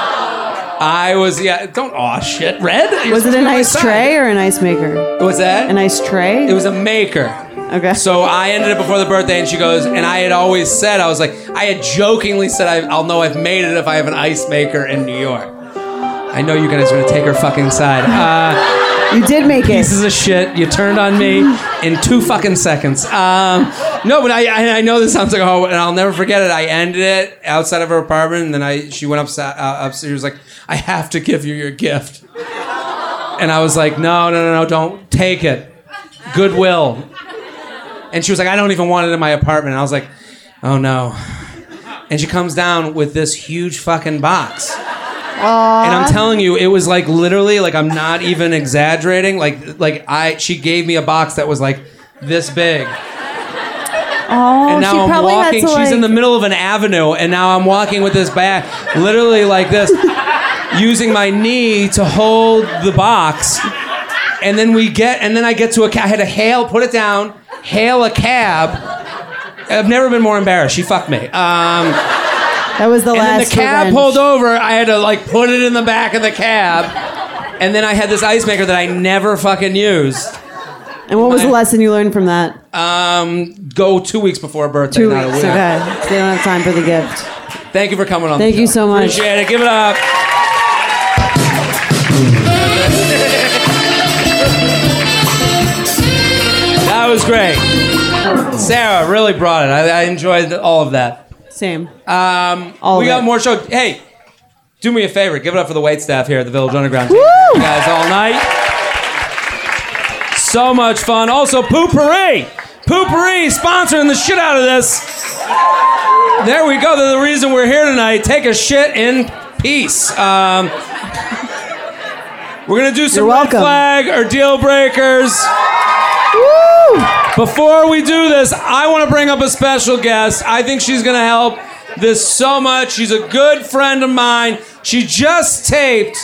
B: I was yeah. Don't aw shit. Red. You're
C: was it an
B: supposed to be on my
C: ice
B: side.
C: tray or an ice maker?
B: Was that
C: An ice tray?
B: It was a maker.
C: okay.
B: So I ended it before the birthday, and she goes, and I had always said, I was like, I had jokingly said, I, I'll know I've made it if I have an ice maker in New York. I know you guys are gonna take her fucking side. Uh,
C: you did make it.
B: pieces of shit, you turned on me in two fucking seconds. Um, no, but I, I, I know this sounds like oh, and I'll never forget it. I ended it outside of her apartment, and then I she went upstairs. Uh, upstairs, she was like, I have to give you your gift, and I was like, no, no, no, no, don't take it. Goodwill. And she was like, I don't even want it in my apartment. And I was like, oh no. And she comes down with this huge fucking box. And I'm telling you, it was like literally, like I'm not even exaggerating. Like, like I, she gave me a box that was like this big.
C: Oh,
B: And now
C: she
B: I'm
C: probably had
B: walking.
C: to,
B: She's
C: like,
B: in the middle of an avenue, and now I'm walking with this bag, literally like this, using my knee to hold the box. And then we get, and then I get to a cab. I had to hail, put it down, hail a cab. I've never been more embarrassed. She fucked me. Um,
C: That was the
B: and
C: last.
B: then the cab
C: revenge.
B: pulled over. I had to like put it in the back of the cab, and then I had this ice maker that I never fucking used.
C: And what was the
B: My-
C: lesson you learned from that?
B: Um, go two weeks before a birthday.
C: Two
B: not a
C: weeks.
B: week.
C: Okay, so they don't have time for the gift.
B: Thank you for coming on.
C: Thank
B: the
C: you
B: show.
C: so much.
B: Appreciate it. Give it up. That was great. Sarah really brought it. I, I enjoyed all of that.
C: Same.
B: Um,
C: All
B: we
C: of
B: got
C: it.
B: more show. Hey, do me a favor. Give it up for the wait staff here at the Village Underground.
C: Woo!
B: You guys all night. So much fun. Also, Poopery. Poopery sponsoring the shit out of this. There we go. They're the reason we're here tonight. Take a shit in peace. Um, we're going to do some
C: You're
B: red
C: welcome.
B: flag or deal breakers. Before we do this, I want to bring up a special guest. I think she's going to help this so much. She's a good friend of mine. She just taped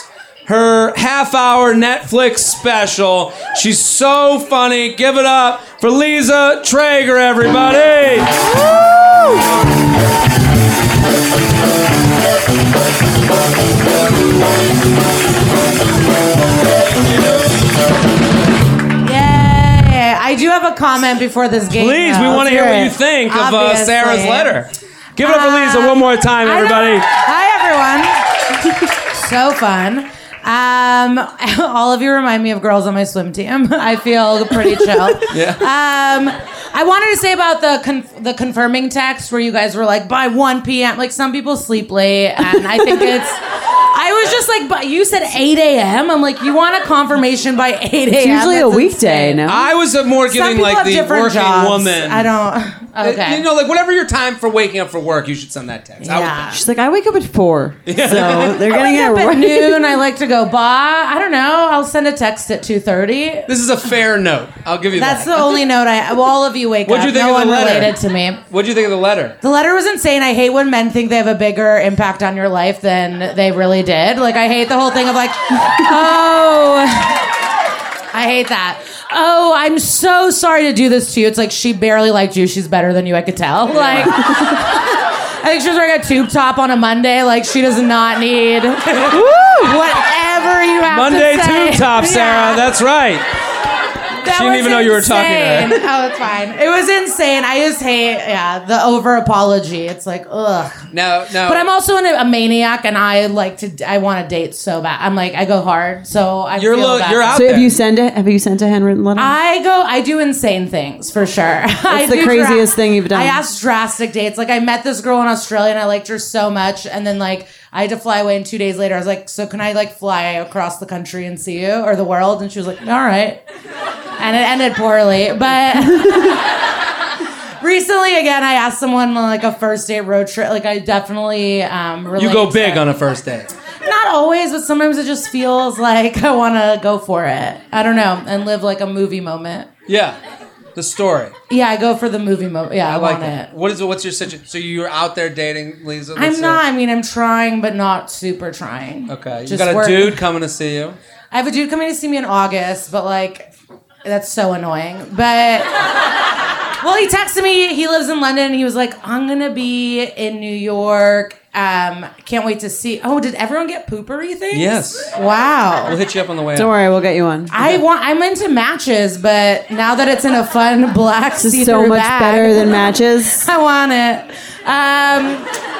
B: her half hour Netflix special. She's so funny. Give it up for Lisa Traeger, everybody.
F: Yay! I do have a comment before this game.
B: Please,
F: though.
B: we want to
F: Let's
B: hear what
F: it.
B: you think of uh,
F: Obviously.
B: Sarah's letter. Give it up for
F: Uh,
B: Lisa one more time,
F: I know.
B: everybody.
F: Hi, everyone. so fun. Um, all of you remind me of girls on my swim team. I feel pretty chill.
B: Yeah.
F: Um, I wanted to say about the con- the confirming text where you guys were like by 1 p.m. Like some people sleep late, and I think it's. I was just like, but you said 8 a.m. I'm like, you want a confirmation by 8 a.m.
C: It's usually a
F: That's
C: weekday,
F: insane.
C: no?
B: I was uh, more
F: Some
B: giving
F: people
B: like
F: have
B: the
F: different
B: working
F: jobs.
B: woman. Uh,
F: I don't. Okay.
B: You know, like whatever your time for waking up for work, you should send that text. I would
F: Yeah.
C: She's like, I wake up at four, so they're
F: I
C: getting it
F: wake up at
C: right.
F: noon. I like to go bah. I don't know. I'll send a text at two thirty.
B: This is a fair note. I'll give you
F: That's the
B: that.
F: only note I. Well, all of you wake
B: What'd
F: up.
B: you think
F: no
B: of the
F: one
B: letter?
F: related to me.
B: What'd you think of the letter?
F: The letter was insane. I hate when men think they have a bigger impact on your life than they really did. Like I hate the whole thing of like, oh, I hate that. Oh, I'm so sorry to do this to you. It's like she barely liked you. She's better than you. I could tell. Like. I think she was wearing a tube top on a Monday. Like she does not need whatever you have
B: Monday
F: to say.
B: tube top, Sarah.
F: Yeah.
B: That's right.
F: That
B: She didn't
F: was
B: even know you were talking to her.
F: insane. Oh, it's fine. It was insane. I just hate, yeah, the over apology. It's like, ugh.
B: No, no.
F: But I'm also an, a maniac, and I like to. I want to date so bad. I'm like, I go hard, so I.
B: You're
F: feel
B: look-
F: bad.
B: you're out
C: So
B: there.
C: have you sent a have you sent a handwritten letter?
F: I go. I do insane things for sure. That's
C: the craziest thing you've done?
F: I asked drastic dates. Like I met this girl in Australia and I liked her so much, and then like I had to fly away. And two days later, I was like, "So can I like fly across the country and see you or the world?" And she was like, "All right." And it ended poorly, but. Recently, again, I asked someone like a first date road trip. Like, I definitely um,
B: you
F: relate
B: go
F: to-
B: big on a first date.
F: not always, but sometimes it just feels like I want to go for it. I don't know, and live like a movie moment.
B: Yeah. The story.
F: Yeah, I go for the movie moment. Yeah, I,
B: I like
F: want it.
B: that. What is what's your situation? So you're out there dating Lisa? That's
F: I'm
B: it.
F: not. I mean, I'm trying, but not super trying.
B: Okay. You
F: Just
B: got a
F: work.
B: dude coming to see you.
F: I have a dude coming to see me in August, but like, that's so annoying. But well, he texted me. He lives in London. He was like, "I'm gonna be in New York. Um, can't wait to see." Oh, did everyone get poopery things?
B: Yes.
F: Wow.
B: We'll hit you up on the way.
C: Don't
B: out.
C: worry, we'll get you one.
F: I want. I'm into matches, but now that it's in a fun black
C: This
F: see-through
C: is so much
F: bag,
C: better than matches.
F: I want it. Um,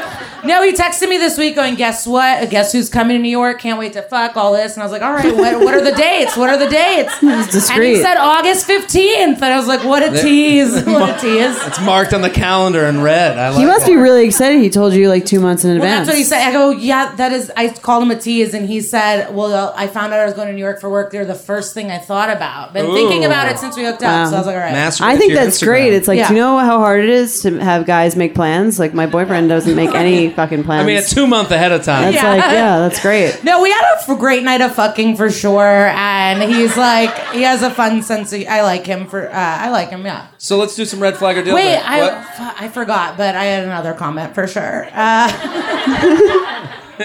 F: no, he texted me this week going, "Guess what? Guess who's coming to New York? Can't wait to fuck all this." And I was like, "All right, what, what are the dates? What are the dates?"
C: It's
F: And he
C: discreet.
F: said August 15th, and I was like, "What a tease! What a tease!"
B: It's marked on the calendar in red. I like
C: He must
B: it.
C: be really excited. He told you like two months in
F: Well,
C: advance.
F: that's what he said. I go, yeah, that is. I called him a tease, and he said, "Well, I found out I was going to New York for work. They're the first thing I thought about. Been thinking
B: Ooh.
F: about it since we hooked up.
C: Wow.
F: So I was like, all right,
B: Master
C: I
B: with
C: think
B: your
C: that's
B: Instagram.
C: great. It's like,
F: Yeah.
C: do you know how hard it is to have guys make plans? Like my boyfriend doesn't make any fucking plans.
B: I mean, a two month ahead of time.
C: that's
F: Yeah.
C: like, yeah, that's great.
F: No, we had a f- great night of fucking for sure, and he's like, he has a fun sense. Of, I like him for, uh, I like him, yeah.
B: So let's do some red flag or deal.
F: Wait,
B: break.
F: I
B: What?
F: f- I forgot, but I had another comment for sure. Uh,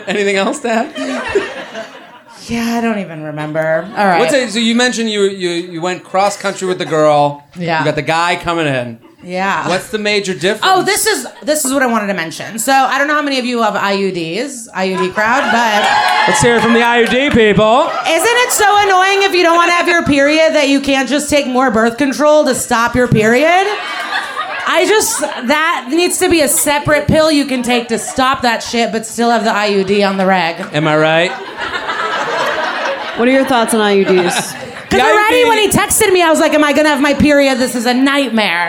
B: anything else to add?
F: yeah, I don't even remember. All right,
B: What's it, so you mentioned you, you you went cross country with the girl.
F: Yeah.
B: You got the guy coming in.
F: yeah.
B: What's the major difference?
F: Oh, this is this is what I wanted to mention. So I don't know how many of you have IUDs, IUD crowd, but
B: Let's hear it from the IUD people.
F: isn't it so annoying if you don't want to have your period that you can't just take more birth control to stop your period? I just that needs to be a separate pill you can take to stop that shit, but still have the IUD on the reg.
B: Am I right?
C: What are your thoughts on IUDs?
F: Because already when he texted me, I was like, "Am I gonna have my period? This is a nightmare."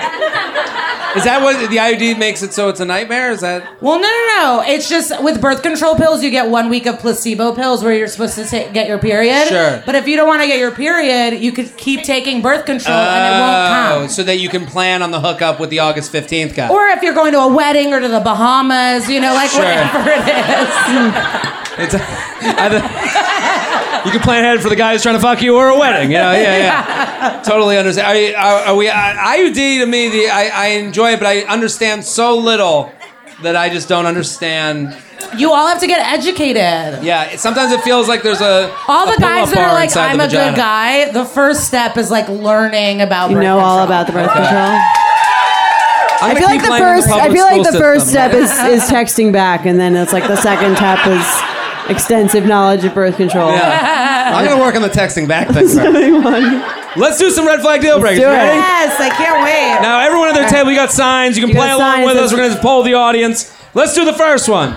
B: Is that what the IUD makes it so it's a nightmare? Is that
F: Well, no, no, no. It's just with birth control pills, you get one week of placebo pills where you're supposed to ta- get your period.
B: Sure.
F: But if you don't want to get your period, you could keep taking birth control and it won't
B: Oh,
F: come.
B: so that you can plan on the hookup with the August 15th guy?
F: or if you're going to a wedding or to the Bahamas, you know, like
B: Sure.
F: whatever it is.
B: It's either, you can plan ahead for the guy who's trying to fuck you or a wedding. You know, yeah, yeah. totally understand. Are, you- are, are we I, IUD to me? The I, I enjoy it, but I understand so little that I just don't understand.
F: You all have to get educated.
B: Yeah, it, sometimes it feels like there's a
F: All
B: a
F: the guys
B: pull-up
F: that are
B: bar
F: like,
B: inside
F: "I'm
B: the
F: a
B: vagina.
F: good guy," the first step is like learning about.
C: You
F: birth
C: know all
F: control.
C: about the birth control. I
B: I'm gonna
C: feel like
B: keep
C: the
B: blaming
C: first. I
B: public
C: feel like
B: school
C: the first
B: system.
C: step is is texting back, and then it's like the second step is extensive knowledge of birth control.
B: Yeah. I'm gonna work on the texting back thing. first. Let's do some red flag deal breakers.
C: do
B: You
C: it.
B: ready?
F: Yes, I can't wait.
B: Now, everyone at their table, you got signs. You can
C: You got
B: play along
C: signs.
B: with us. We're going to poll the audience. Let's do the first one.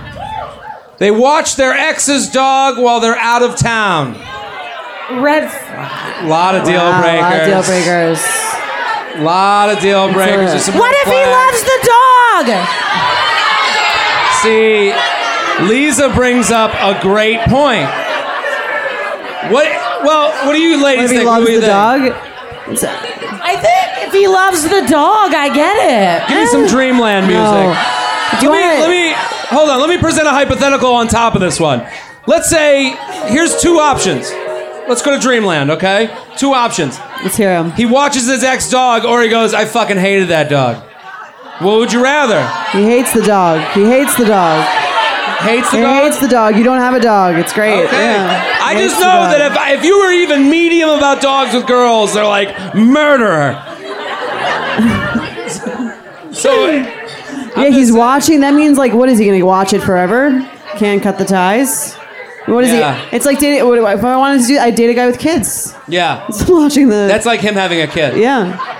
B: They watch their ex's dog while they're out of town.
F: Red flag.
B: A lot of deal
C: Wow, a lot of
B: breakers.
C: deal breakers.
B: A lot of deal breakers. There's some
F: What
B: red
F: if he
B: flags.
F: loves the dog?
B: See, Lisa brings up a great point. What? Well, what do you ladies
C: If he
B: think? What
C: loves
B: do you
C: the
B: think?
C: dog, it's,
F: I think if he loves the dog, I get it.
B: Give me some Dreamland music.
C: no. Do you
B: let, me,
C: want
B: let me hold on. Let me present a hypothetical on top of this one. Let's say here's two options. Let's go to Dreamland, okay? Two options.
C: Let's hear him.
B: He watches his ex dog, or he goes, "I fucking hated that dog." What would you rather?
C: He hates the dog. He hates the dog.
B: Hates the
C: He
B: dog.
C: hates the dog. You don't have a dog. It's great.
B: Okay.
C: Yeah.
B: I
C: He
B: just
C: hates the
B: know
C: dog.
B: that if, I- if you were even medium about dogs with girls, they're like murderer. so
C: yeah, he's watching. That means like, what is he gonna watch it forever? Can't cut the ties. What is
B: Yeah.
C: he? It's like dating. What, do I- if I wanted to do, I date a guy with kids.
B: yeah,
C: watching the.
B: that's like him having a kid.
C: yeah.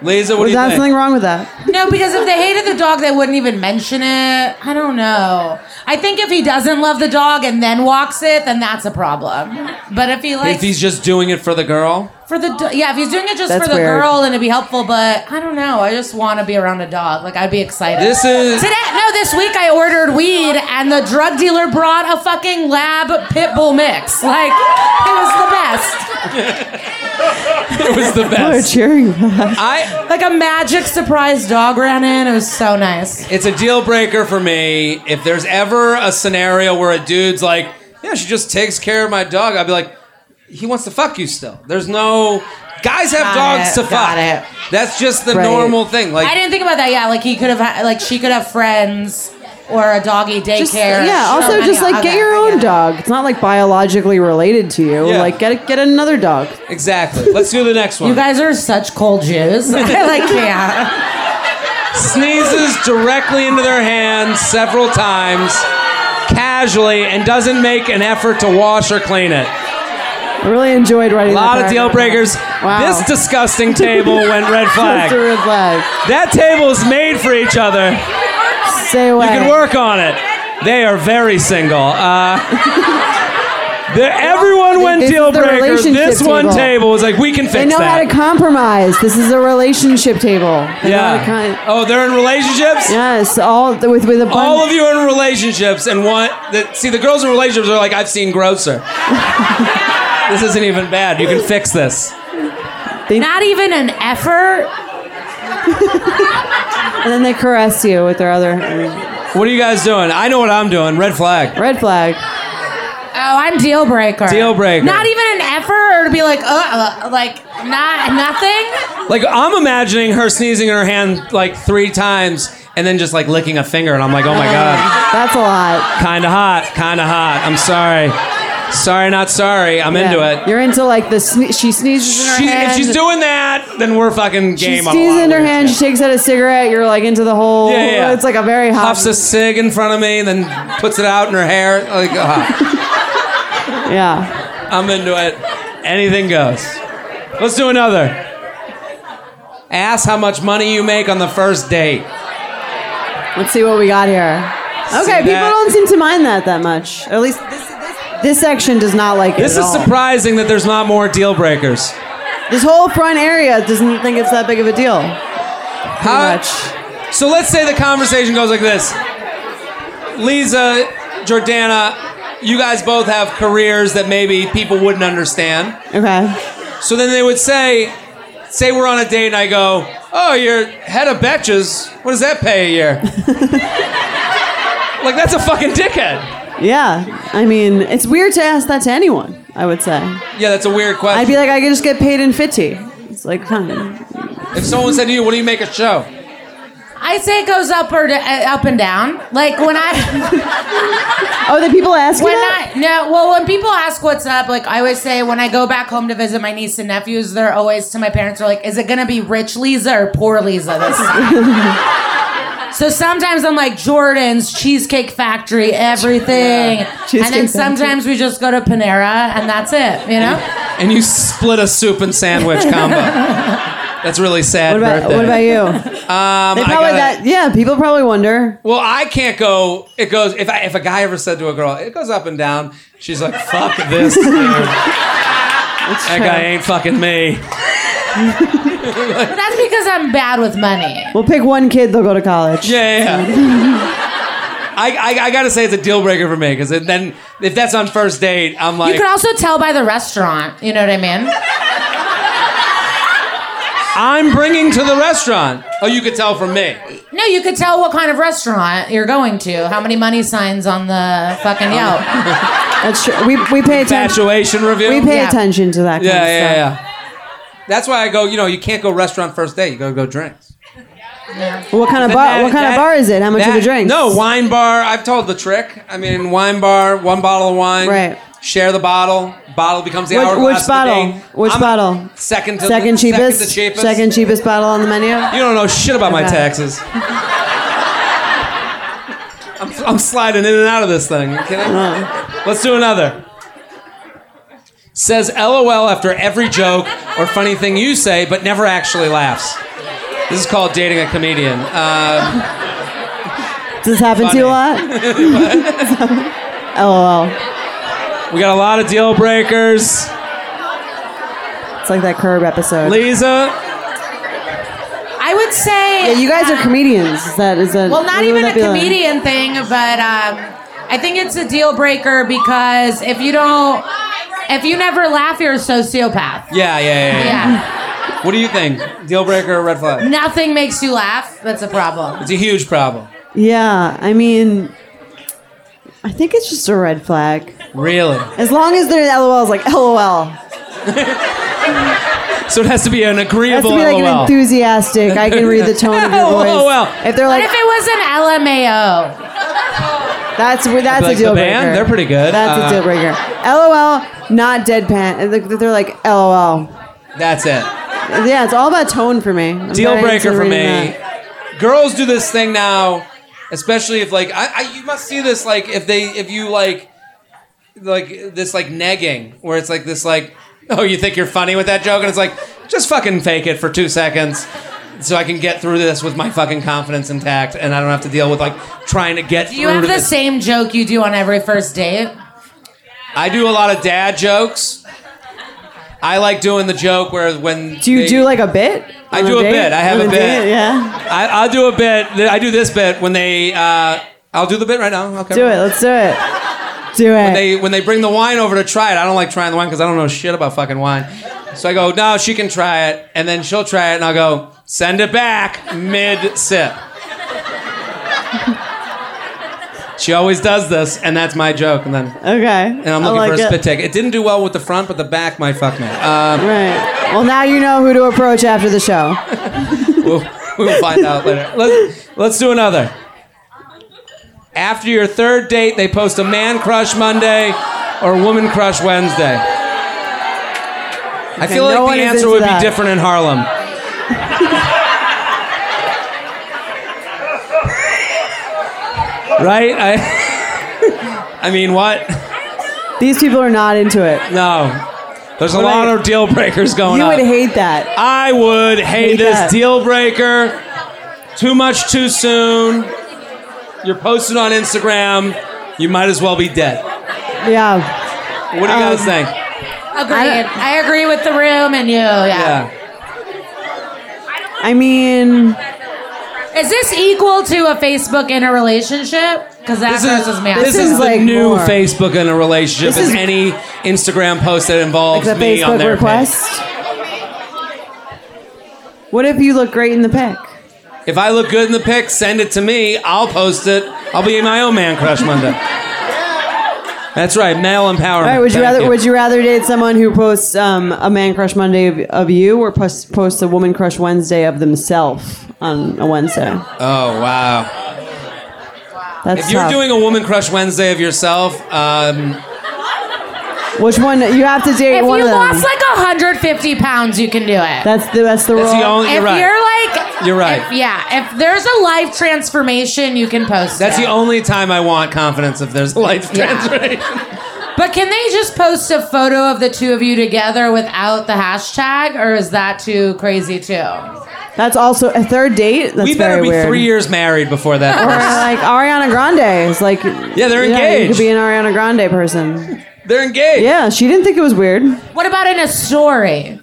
B: Lisa, what do
C: Is
B: you
C: that
B: think?
C: something wrong with that?
F: No, because if they hated the dog, they wouldn't even mention it. I don't know. I think if he doesn't love the dog and then walks it, then that's a problem. But if he
B: if
F: like
B: he's just doing it for the girl.
F: for the do- yeah, if he's doing it just
C: That's
F: for the
C: weird.
F: girl, then it'd be helpful. But I don't know. I just want to be around a dog. Like I'd be excited.
B: This is
F: Today, no, this week I ordered weed and the drug dealer brought a fucking lab pit bull mix. Like, it was the best.
B: it was the
C: They're
B: best.
C: cheering. for that.
B: I
F: Like a magic surprise dog ran in. It was so nice.
B: it's a deal breaker for me. If there's ever a scenario where a dude's like, "Yeah, she just takes care of my dog," I'd be like, "He wants to fuck you still." There's no guys have
F: Got
B: dogs
F: it,
B: to
F: got
B: fuck.
F: it.
B: That's just the
C: Right.
B: normal thing. Like
F: I didn't think about that. Yeah, like he could have, ha- like she could have friends or a doggy daycare.
C: Just, yeah.
F: Sure,
C: Also,
F: I
C: just
F: know,
C: like get
F: okay,
C: your
F: I
C: own
F: get it.
C: dog. It's not like biologically related to you.
B: Yeah.
C: Like get a, get another dog.
B: exactly. Let's do the next one.
F: You guys are such cold Jews. I like can't.
B: Sneezes directly into their hand several times, casually, and doesn't make an effort to wash or clean it.
C: I really enjoyed writing.
B: A lot
C: that
B: of deal
C: paragraph.
B: breakers.
C: Wow.
B: This disgusting table went red
C: Just a
B: flag.
C: red flag.
B: That table is made for each other.
C: Stay away.
B: You can work on it. They are very single. Uh, they're- everyone went
C: This is
B: deal
C: the
B: breaker. This
C: relationship
B: one
C: table.
B: table was like, we can fix
C: They know
B: that.
C: how to compromise. This is a relationship table. They know how to
B: yeah.
C: con-
B: oh, they're in relationships.
C: yes, all with with a bunch.
B: All of you are in relationships and want that. See, the girls in relationships are like, I've seen grosser. this isn't even bad. You can fix this.
F: Not even an effort.
C: and then they caress you with their other I mean,
B: What are you guys doing? I know what I'm doing. Red flag.
C: red flag.
F: Oh, I'm deal breaker.
B: Deal breaker.
F: Not even an effort, or to be like, uh, uh, like not nothing.
B: Like I'm imagining her sneezing in her hand like three times and then just like licking a finger, and I'm like, oh my god.
C: That's a lot.
B: Kind of hot, kind of hot. I'm sorry. Sorry, not sorry. I'm into
C: Yeah.
B: it.
C: You're into like the sne- she sneezes in her
B: She,
C: hand.
B: if she's doing that, then we're fucking
C: she
B: game on a lot
C: sneezes
B: of
C: in her
B: weird
C: hand.
B: shit.
C: She takes out a cigarette. You're like into the whole.
B: Yeah, yeah, yeah.
C: It's like a very hot.
B: Puffs a cig in front of me, then puts it out in her hair. Like, uh-huh. ah,
C: yeah.
B: I'm into it. Anything goes. Let's do another. Ask how much money you make on the first date.
C: Let's see what we got here. Okay,
B: See
C: people
B: that?
C: don't seem to mind that that much. Or at least this, this, this section does not like it.
B: This
C: at
B: is
C: all.
B: surprising that there's not more deal breakers.
C: This whole front area doesn't think it's that big of a deal.
B: How So let's say the conversation goes like this Lisa, Jordana, you guys both have careers that maybe people wouldn't understand.
C: Okay.
B: So then they would say, say we're on a date and I go, oh, you're head of Betches. What does that pay a year? like, that's a fucking dickhead.
C: Yeah. I mean, it's weird to ask that to anyone. I would say.
B: Yeah, that's a weird
C: I'd
B: question.
C: be like, I could just get paid in fifty. It's like
B: Um,
C: fine.
B: if someone said to you, what do you make a show?
F: I say it goes up or d- uh, up and down. Like when I
C: Oh, the people ask you
F: when
C: that?
F: I no well when people ask what's up, like I always say when I go back home to visit my niece and nephews, they're always to my parents are like, is it gonna be rich Lisa or poor Lisa this time? So sometimes I'm like Jordan's Cheesecake Factory, everything, and
C: Cheesecake Factory.
F: then sometimes we just go to Panera and that's it, you know.
B: And you split a soup and sandwich combo. That's really sad.
C: What about
B: birthday.
C: what about you?
B: Um,
C: They
B: I
C: probably
B: gotta-
C: that. Yeah, people probably wonder.
B: Well, I can't go. It goes if I, if a guy ever said to a girl, it goes up and down. She's like, "Fuck this, dude. that guy ain't fucking me."
F: But that's because I'm bad with money.
C: We'll pick one kid. They'll go to college.
B: Yeah, yeah. yeah. I, I I gotta say it's a deal breaker for me because then if that's on first date, I'm
F: You
B: like,
F: could also tell by the restaurant, you know what I mean?
B: I'm bringing to the restaurant. Oh, you could tell from me.
F: No, you could tell what kind of restaurant you're going to, how many money signs on the fucking Yelp.
C: That's true. We we pay attention.
B: Infatuation review.
C: We pay
F: Yeah.
C: attention to that. Kind
B: yeah,
C: of
B: yeah,
C: stuff.
B: yeah. That's why I go. You know, you can't go restaurant first date. You gotta go drinks.
C: What kind of bar?
B: That-
C: what kind
B: that-
C: of bar is it? How much
B: that-
C: are the drinks?
B: No, wine bar. I've told the trick. I mean, wine bar, one bottle of wine.
C: Right.
B: Share the bottle. Bottle becomes the
C: Which-
B: hourglass
C: which
B: of the
C: bottle?
B: day.
C: Which bottle?
B: Second to
C: Second
B: the, second
C: cheapest.
B: to cheapest.
C: Second cheapest bottle on the menu.
B: You don't know shit about my
C: Okay.
B: taxes. I'm, I'm sliding in and out of this thing. Can
C: Uh-huh.
B: I? Let's do another. Says LOL after every joke or funny thing you say, but never actually laughs. This is called dating a comedian. Uh,
C: Does this happen to you a lot? LOL.
B: We got a lot of deal breakers.
C: It's like that curb episode.
B: Lisa,
F: I would
C: yeah,
F: say,
C: you guys are comedians. Is that is that?
F: well, not
C: what would
F: even
C: that
F: a
C: be like?
F: comedian thing, but um, I think it's a deal breaker because if you don't, if you never laugh, you're a sociopath.
B: yeah, yeah, yeah, yeah.
F: Yeah.
B: What do you think? Deal breaker or red flag?
F: Nothing makes you laugh. That's a problem.
B: It's a huge problem.
C: Yeah, I mean, I think it's just a red flag.
B: Really?
C: As long as they're LOL is like LOL.
B: So it has to be an
C: It has to
B: agreeable
C: be like an
B: LOL.
C: enthusiastic. I can read the tone of your voice.
B: LOL.
C: If they're
F: But
C: like,
F: if it was an LMAO,
C: that's that's
B: Like
C: a deal
B: the
C: breaker.
B: band? They're pretty good.
C: That's
B: Uh,
C: a deal breaker. LOL, not deadpan. And like, They're like LOL.
B: That's it.
C: Yeah, it's all about tone for me. I'm
B: Deal
C: very
B: breaker
C: into
B: for
C: reading
B: me.
C: that.
B: Girls do this thing now, especially if like I, I you must see this like if they if you like like this like negging where it's like this like oh you think you're funny with that joke and it's like just fucking fake it for two seconds so I can get through this with my fucking confidence intact and I don't have to deal with like trying to get
F: do you
B: through
F: have
B: to
F: the
B: this.
F: same joke you do on every first date?
B: I do a lot of dad jokes. I like doing the joke where when
C: Do you
B: they-
C: do like a bit?
B: I
C: on
B: do a
C: date?
B: bit. I have
C: On
B: a bit.
C: date, Yeah.
B: I, I'll do a bit. I do this bit when they. Uh, I'll do the bit right now. Okay.
C: Do it. Let's do it. Do it.
B: They when they bring the wine over to try it. I don't like trying the wine because I don't know shit about fucking wine. So I go, no, she can try it, and then she'll try it, and I'll go, send it back mid sip. she always does this, and that's my joke. And then
C: okay.
B: and I'm
C: I
B: looking
C: like
B: for a
C: it.
B: spit take. It didn't do well with the front, but the back, my fuck man. Um,
C: Right. Well, now you know who to approach after the show.
B: we'll, we'll find out later. Let's, let's do another. After your third date, they post a man crush Monday or woman crush Wednesday. I feel
C: Okay, no
B: like
C: one
B: the
C: is
B: answer
C: into
B: would
C: that.
B: be different in Harlem. right? I, I mean, what?
C: These people are not into it.
B: No. There's a lot of deal breakers going
C: You
B: on.
C: would hate that.
B: I would hate
C: Hate
B: this
C: that.
B: deal breaker. Too much too soon. You're posted on Instagram. You might as well be dead.
C: Yeah.
B: What do you
C: Um,
B: guys think?
F: Agreed. I, agree with the room and you. Yeah.
B: Yeah.
C: I mean,
F: Is this equal to a Facebook in a relationship? Because that grosses me out.
B: this
C: This
B: is
C: is
B: the
C: like
B: new
C: more.
B: Facebook in a relationship.
C: This
B: is
C: is-
B: any Instagram post that involves
C: the
B: me on
C: Facebook
B: their
C: request. What if you look great in the pic?
B: page. If I look good in the pic, send it to me. I'll post it. I'll be my own man crush Monday. That's right, male empowerment.
C: All right. Would you
B: Thank
C: rather Would you rather date someone who posts um, a man crush Monday of, of you, or posts posts a woman crush Wednesday of themselves on a Wednesday?
B: Oh wow.
C: That's
B: If you're
C: tough.
B: doing a woman crush Wednesday of yourself, um,
C: Which one? You have to date
F: if
C: one
F: you
C: of them.
F: lost like 150 pounds, you can do it.
C: that's the that's the
B: that's
C: rule.
B: the only.
F: if
B: You're right.
F: you're like,
B: You're right.
F: if- yeah. If there's a life transformation, you can post.
B: that's
F: it.
B: the only time I want confidence if there's a life
F: Yeah.
B: transformation.
F: But can they just post a photo of the two of you together without the hashtag, or is that too crazy too?
C: That's also a third date. That's
B: we better
C: very
B: be
C: weird.
B: three years married before that.
C: Or
B: first.
C: like Ariana Grande is like
B: Yeah, they're
C: you know, You
B: engaged.
C: could be an Ariana Grande person.
B: They're engaged.
C: Yeah, she didn't think it was weird.
F: What about in a story?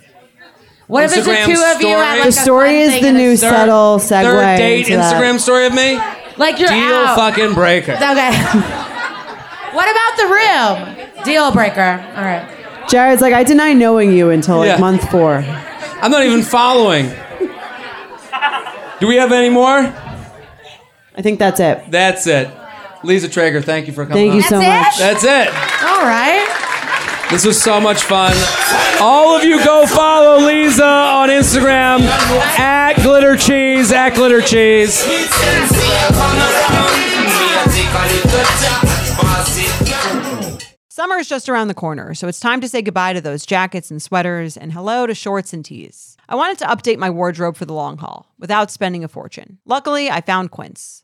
F: What if it's the
B: Instagram
F: two of you?
B: story.
F: At like
B: The
F: a
C: story
F: fun
C: is
F: thing
C: the
F: in a
C: new
F: sto-
C: subtle segue.
B: Third date
C: into that.
B: Instagram story of me.
F: Like you're
B: Deal
F: out.
B: fucking breaker.
F: Okay. what about the room? Deal breaker. All right.
C: Jared's like, I deny knowing you until like
B: Yeah.
C: month four.
B: I'm not even following. Do we have any more?
C: I think that's it.
B: That's it. Lisa Traeger, thank you for coming.
C: Thank you
B: on.
C: so
F: That's it?
C: much.
B: That's it.
F: All right.
B: This was so much fun. All of you go follow Lisa on Instagram at Glitter Cheese, at Glitter Cheese.
D: Summer is just around the corner, so it's time to say goodbye to those jackets and sweaters and hello to shorts and tees. I wanted to update my wardrobe for the long haul without spending a fortune. Luckily, I found Quince.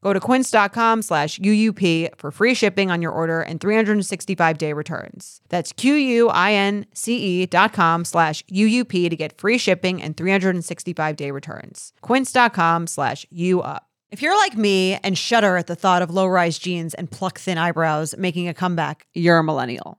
D: Go to quince.com slash UUP for free shipping on your order and 365-day returns. That's Q-U-I-N-C-E E dot com slash UUP to get free shipping and 365-day returns. quince.com slash UUP. If you're like me and shudder at the thought of low rise jeans and pluck thin eyebrows making a comeback, you're a millennial.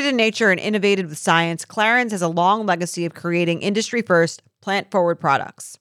D: in nature and innovated with science, Clarins has a long legacy of creating industry first, plant forward products.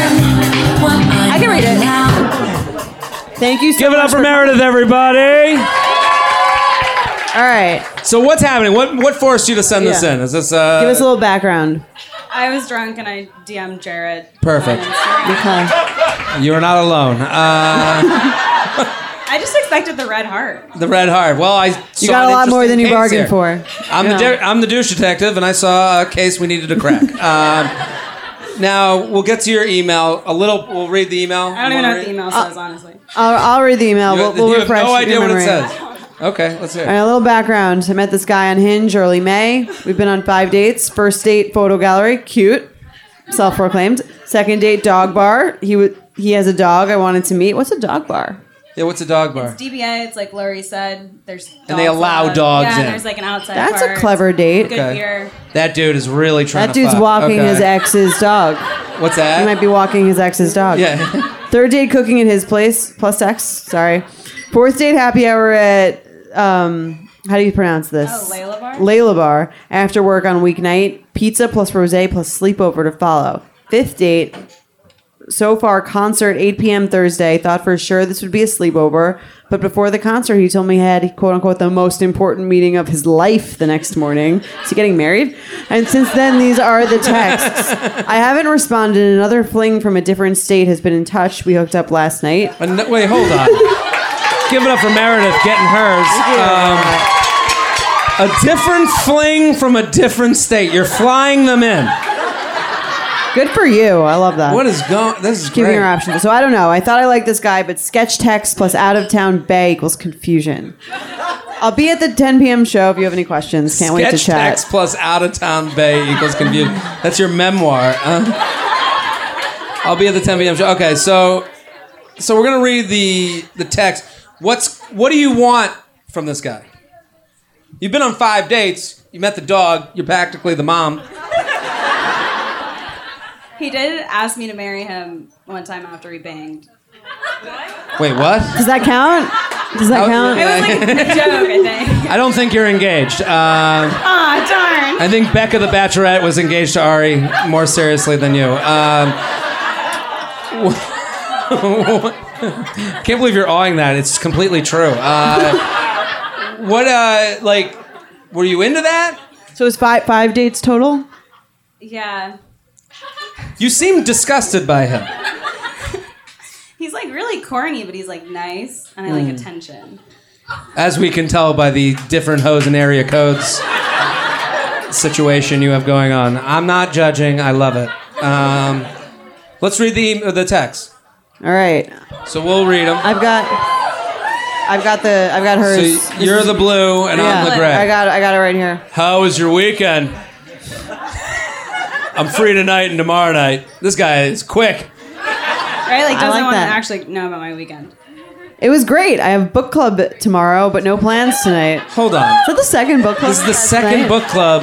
D: I can read it.
C: Thank you so
B: Give it
C: much
B: up for Meredith, everybody.
C: All right.
B: So what's happening? What what forced you to send this
C: Yeah.
B: in? Is this uh,
C: Give us a little background.
G: I was drunk and I DM'd Jared. Um,
B: perfect?
C: Okay.
B: You're not alone. Uh,
G: I just expected the red heart.
B: the red heart. Well, I
C: You got a lot more than you bargained for.
B: I'm the
C: Yeah.
B: de- I'm the douche detective, and I saw a case we needed to crack. um, now we'll get to your email. A little. We'll read the email.
G: I don't even know what the email says, honestly.
C: I'll, I'll read the email.
B: You,
C: we'll
B: you
C: we'll
B: have
C: refresh
B: no
C: your
B: idea what it
C: memory.
B: says. Okay, let's hear.
C: All right,
B: it.
C: a little background. I met this guy on Hinge early May. We've been on five dates. First date, photo gallery, cute, self-proclaimed. Second date, dog bar. He would he has a dog. I wanted to meet. What's a dog bar?
B: Yeah, what's a dog bar?
G: DBA, it's like Lori said. There's dogs
B: And they allow
G: allowed.
B: dogs
G: Yeah,
B: in.
G: and there's like an outside.
C: That's a
G: part.
C: clever date.
G: Good
B: Okay.
G: beer.
B: That dude is really trying.
C: That
B: to
C: dude's
B: fuck.
C: walking
B: Okay.
C: his ex's dog.
B: What's
C: He
B: that?
C: might be walking his ex's dog.
B: yeah.
C: Third date cooking at his place, plus sex. Sorry. Fourth date happy hour at um how do you pronounce this?
G: Oh, Layla Bar?
C: Layla Bar. After work on weeknight, pizza plus rosé plus sleepover to follow. Fifth date. So far, concert 8 p.m. Thursday. Thought for sure this would be a sleepover, but before the concert, he told me he had quote unquote the most important meeting of his life the next morning. Is he getting married? And since then, these are the texts. I haven't responded. Another fling from a different state has been in touch. We hooked up last night.
B: An- Uh, wait, hold on. Give it up for Meredith getting hers. Um, a different fling from a different state. You're flying them in.
C: Good for you. I love that.
B: What is going? This is
C: keeping
B: great.
C: her options. So I don't know. I thought I liked this guy, but sketch text plus out of town bay equals confusion. I'll be at the 10 p.m. show if you have any questions. Can't wait to
B: Sketch
C: chat.
B: text plus out of town bay equals confused. That's your memoir. Huh? I'll be at the 10 p.m. show. Okay, so so we're gonna read the the text. What's what do you want from this guy? You've been on five dates. You met the dog. You're practically the mom.
G: He did ask me to marry him one time after he banged.
B: Wait, what?
C: Does that count? Does that
B: Oh,
C: count?
G: It was like a joke, I think.
B: I don't think you're engaged. Uh,
G: Aw, darn.
B: I think Becca the Bachelorette was engaged to Ari more seriously than you. Um, can't believe you're awing that. It's completely true. Uh, what, uh, like, were you into that?
C: So it's five five dates total.
G: Yeah.
B: You seem disgusted by him.
G: He's like really corny, but he's like nice, and I
B: Hmm.
G: like attention.
B: As we can tell by the different hose and area codes situation you have going on. I'm not judging. I love it. Um, let's read the, the text.
C: All right.
B: So we'll read them.
C: I've got. I've got the. I've got
B: So
C: hers.
B: y- you're the blue and I'm the
C: I
B: gray.
C: got. it. I got it right here.
B: How was your weekend? I'm free tonight and tomorrow night. This guy is quick.
G: Right? Like doesn't
C: like
G: want
C: that.
G: to actually know about my weekend.
C: It was great. I have book club tomorrow, but no plans tonight.
B: Hold on.
C: Is that the second book club?
B: This is the
C: That's
B: second
C: right.
B: book club.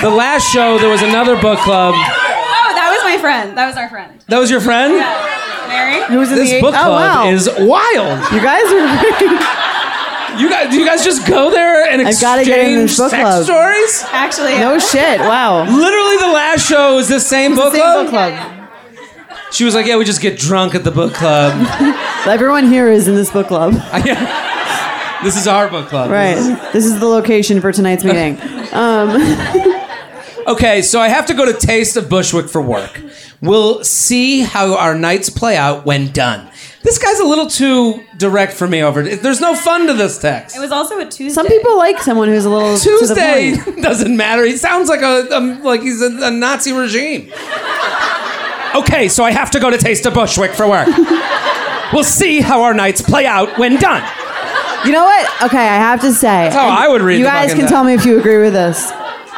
B: The last show there was another book club.
G: Oh, that was my friend. That was our friend.
B: That was your friend?
G: Mary?
C: Who's in the
B: This
C: eight-
B: book
C: oh,
B: club
C: wow.
B: is wild.
C: You guys are.
B: You guys, do you guys just go there and
C: I've
B: exchange
C: gotta get in this book
B: sex
C: club.
B: stories?
G: Actually,
C: no shit. Wow.
B: Literally, the last show was this same, book,
C: Same
B: club.
C: book club.
B: She was like, "Yeah, we just get drunk at the book club."
C: Everyone here is in this book club.
B: this is our book club.
C: Right. This is the location for tonight's meeting. Um,
B: Okay, so I have to go to Taste of Bushwick for work. We'll see how our nights play out when done. This guy's a little too direct for me over. There's no fun to this text.
G: it was also a Tuesday.
C: Some people like someone who's a little to the
B: Tuesday
C: point.
B: doesn't matter. He sounds like a, um like he's a, a Nazi regime. okay, so I have to go to Taste of Bushwick for work. we'll see how our nights play out when done.
C: You know what? Okay, I have to say. That's
B: how I would read
C: You
B: the
C: guys
B: fucking
C: can
B: thing.
C: tell me if you agree with this.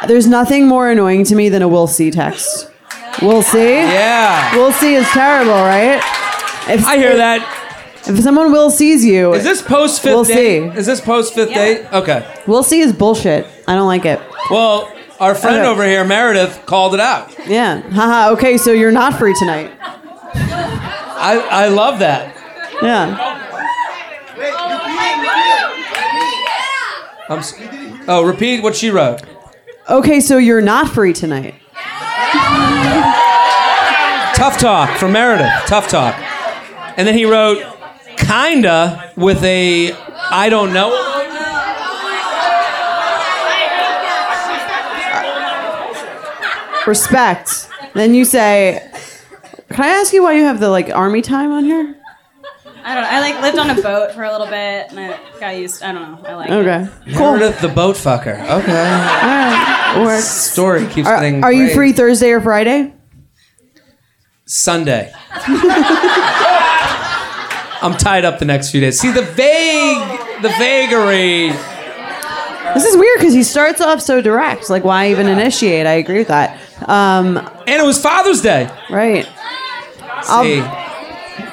C: There's nothing more annoying to me than a "we'll see" text. We'll see.
B: Yeah,
C: We'll see is terrible, right? If,
B: I hear that.
C: If someone will sees you,
B: Is this post 5th
C: We'll
B: date?
C: see.
B: Is this post fifth
G: Yeah.
B: date? Okay.
C: will see is bullshit. I don't like it.
B: Well, our friend
C: Okay.
B: over here, Meredith, called it out.
C: Yeah. Haha. Okay, so you're not free tonight.
B: I, I love that.
C: Yeah.
B: I'm s- oh, repeat what she wrote.
C: Okay, so you're not free tonight.
B: Tough talk from Meredith. Tough talk. And then he wrote, kinda with a I don't know.
C: Respect. Then you say, "Can I ask you why you have the like army time on here?"
G: I don't know. I like lived on a boat for a little bit and I got used. I don't know. I like. it.
C: Okay.
B: Meredith the boat fucker. Okay.
C: All right. Works.
B: Story keeps
C: Are,
B: getting.
C: are you
B: great.
C: free Thursday or Friday?
B: Sunday. I'm tied up the next few days. See the vague, the vagary.
C: This is weird because he starts off so direct. Like, why even initiate? I agree with that. Um,
B: And it was Father's Day.
C: right.
B: See,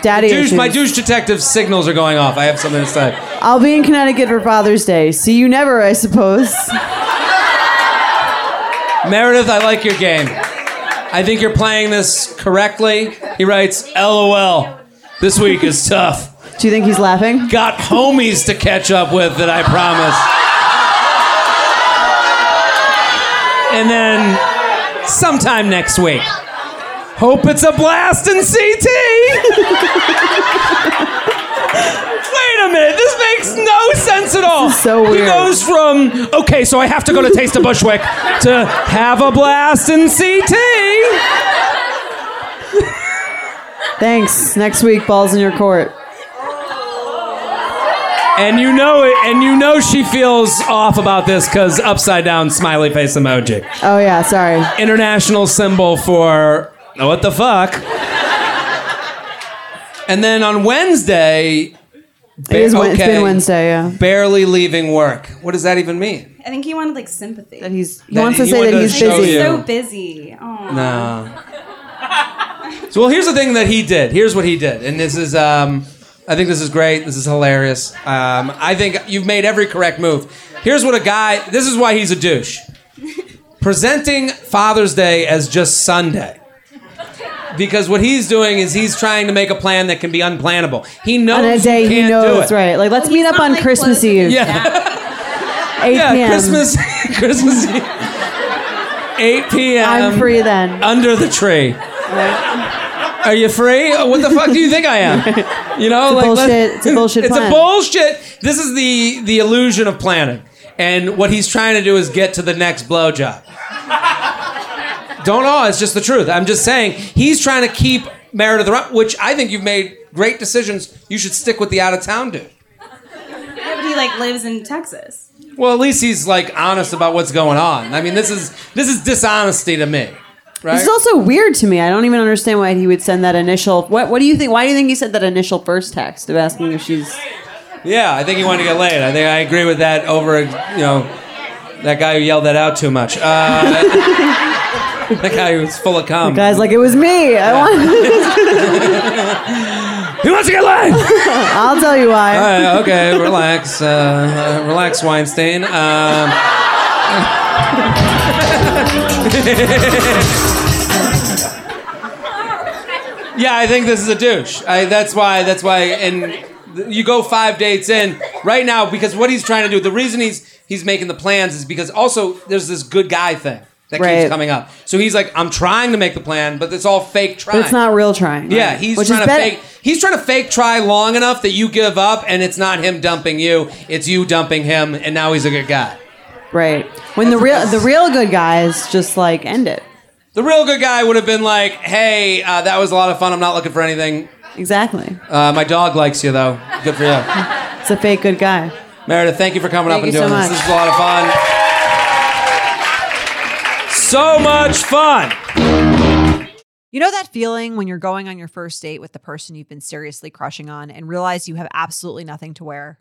C: Daddy
B: douche, my
C: issues.
B: douche detective signals are going off. I have something to say.
C: I'll be in Connecticut for Father's Day. See you never, I suppose.
B: Meredith, I like your game. I think you're playing this correctly. He writes, LOL. This week is tough.
C: Do you think he's laughing?
B: Got homies to catch up with that I promise. And then sometime next week. Hope it's a blast in CT. Wait a minute, this makes no sense at all.
C: so
B: He
C: weird.
B: goes from, okay, so I have to go to Taste of Bushwick to have a blast in CT.
C: Thanks. Next week, balls in your court.
B: And you know it, and you know she feels off about this because upside down smiley face emoji.
C: Oh, yeah, sorry.
B: International symbol for what the fuck. And then on Wednesday,
C: It is, Wed- It's
B: okay,
C: been Wednesday, yeah.
B: Barely leaving work. What does that even mean?
G: I think he wanted like sympathy.
C: That he's, he
B: That
C: wants to
B: he
C: say
B: wanted
C: that
B: to
C: he's
B: show
C: busy.
B: you.
G: so busy. Oh.
B: No. so well, here's the thing that he did. Here's what he did, and this is um, I think this is great. This is hilarious. Um, I think you've made every correct move. Here's what a guy. This is why he's a douche. Presenting Father's Day as just Sunday. Because what he's doing is he's trying to make a plan that can be unplannable. He knows
C: On a
B: you
C: day he
B: can't do
C: knows,
B: it.
C: right? Like, let's meet up
G: not,
C: on
G: like,
C: Christmas
G: closing
C: Eve,
B: Yeah,
C: 8
B: yeah.
C: p.m.
B: Christmas, Christmas Eve, 8 p.m.
C: I'm free then.
B: under the tree. Are you free? Oh, What the fuck do you think I am? You know,
C: It's a
B: like let's-
C: bullshit- it's a bullshit
B: It's
C: plan.
B: a bullshit. This is the the illusion of planning, and what he's trying to do is get to the next blowjob. Don't know. It's just the truth. I'm just saying he's trying to keep Meredith around, which I think you've made great decisions. You should stick with the out of town dude.
G: Yeah, but he like lives in Texas.
B: Well, at least he's like honest about what's going on. I mean, this is this is dishonesty to me, right?
C: This is also weird to me. I don't even understand why he would send that initial. What, what do you think? Why do you think he sent that initial first text of asking if she's.
B: Yeah, I think he wanted to get laid. I think I agree with that over, you know, that guy who yelled that out too much. Uh, the guy who's full of cum.
C: Guys, like, it was me. I want,
B: He wants to get laid! All
C: I'll tell you why.
B: right, okay, relax. Uh, uh, relax, Weinstein. Um, yeah, I think this is a douche. I, that's why, that's why, and th- you go five dates in right now because what he's trying to do, the reason he's he's making the plans is because also there's this good guy thing that keeps
C: Right.
B: coming up. So he's like, I'm trying to make the plan, but it's all fake trying.
C: But it's not real trying.
B: Yeah,
C: right?
B: he's
C: Which is
B: trying to
C: better-
B: fake. He's trying to fake try long enough that you give up, and it's not him dumping you; it's you dumping him, and now he's a good guy.
C: Right. When the real the real good guys just like end it.
B: The real good guy would have been like, "Hey, uh, that was a lot of fun. I'm not looking for anything.
C: Exactly.
B: Uh, my dog likes you, though. Good for you,
C: It's a fake good guy.
B: Meredith. Thank you for coming up
C: Thank
B: and
C: you so
B: doing
C: much.
B: this. This was a lot of fun. So much fun.
D: You know that feeling when you're going on your first date with the person you've been seriously crushing on and realize you have absolutely nothing to wear?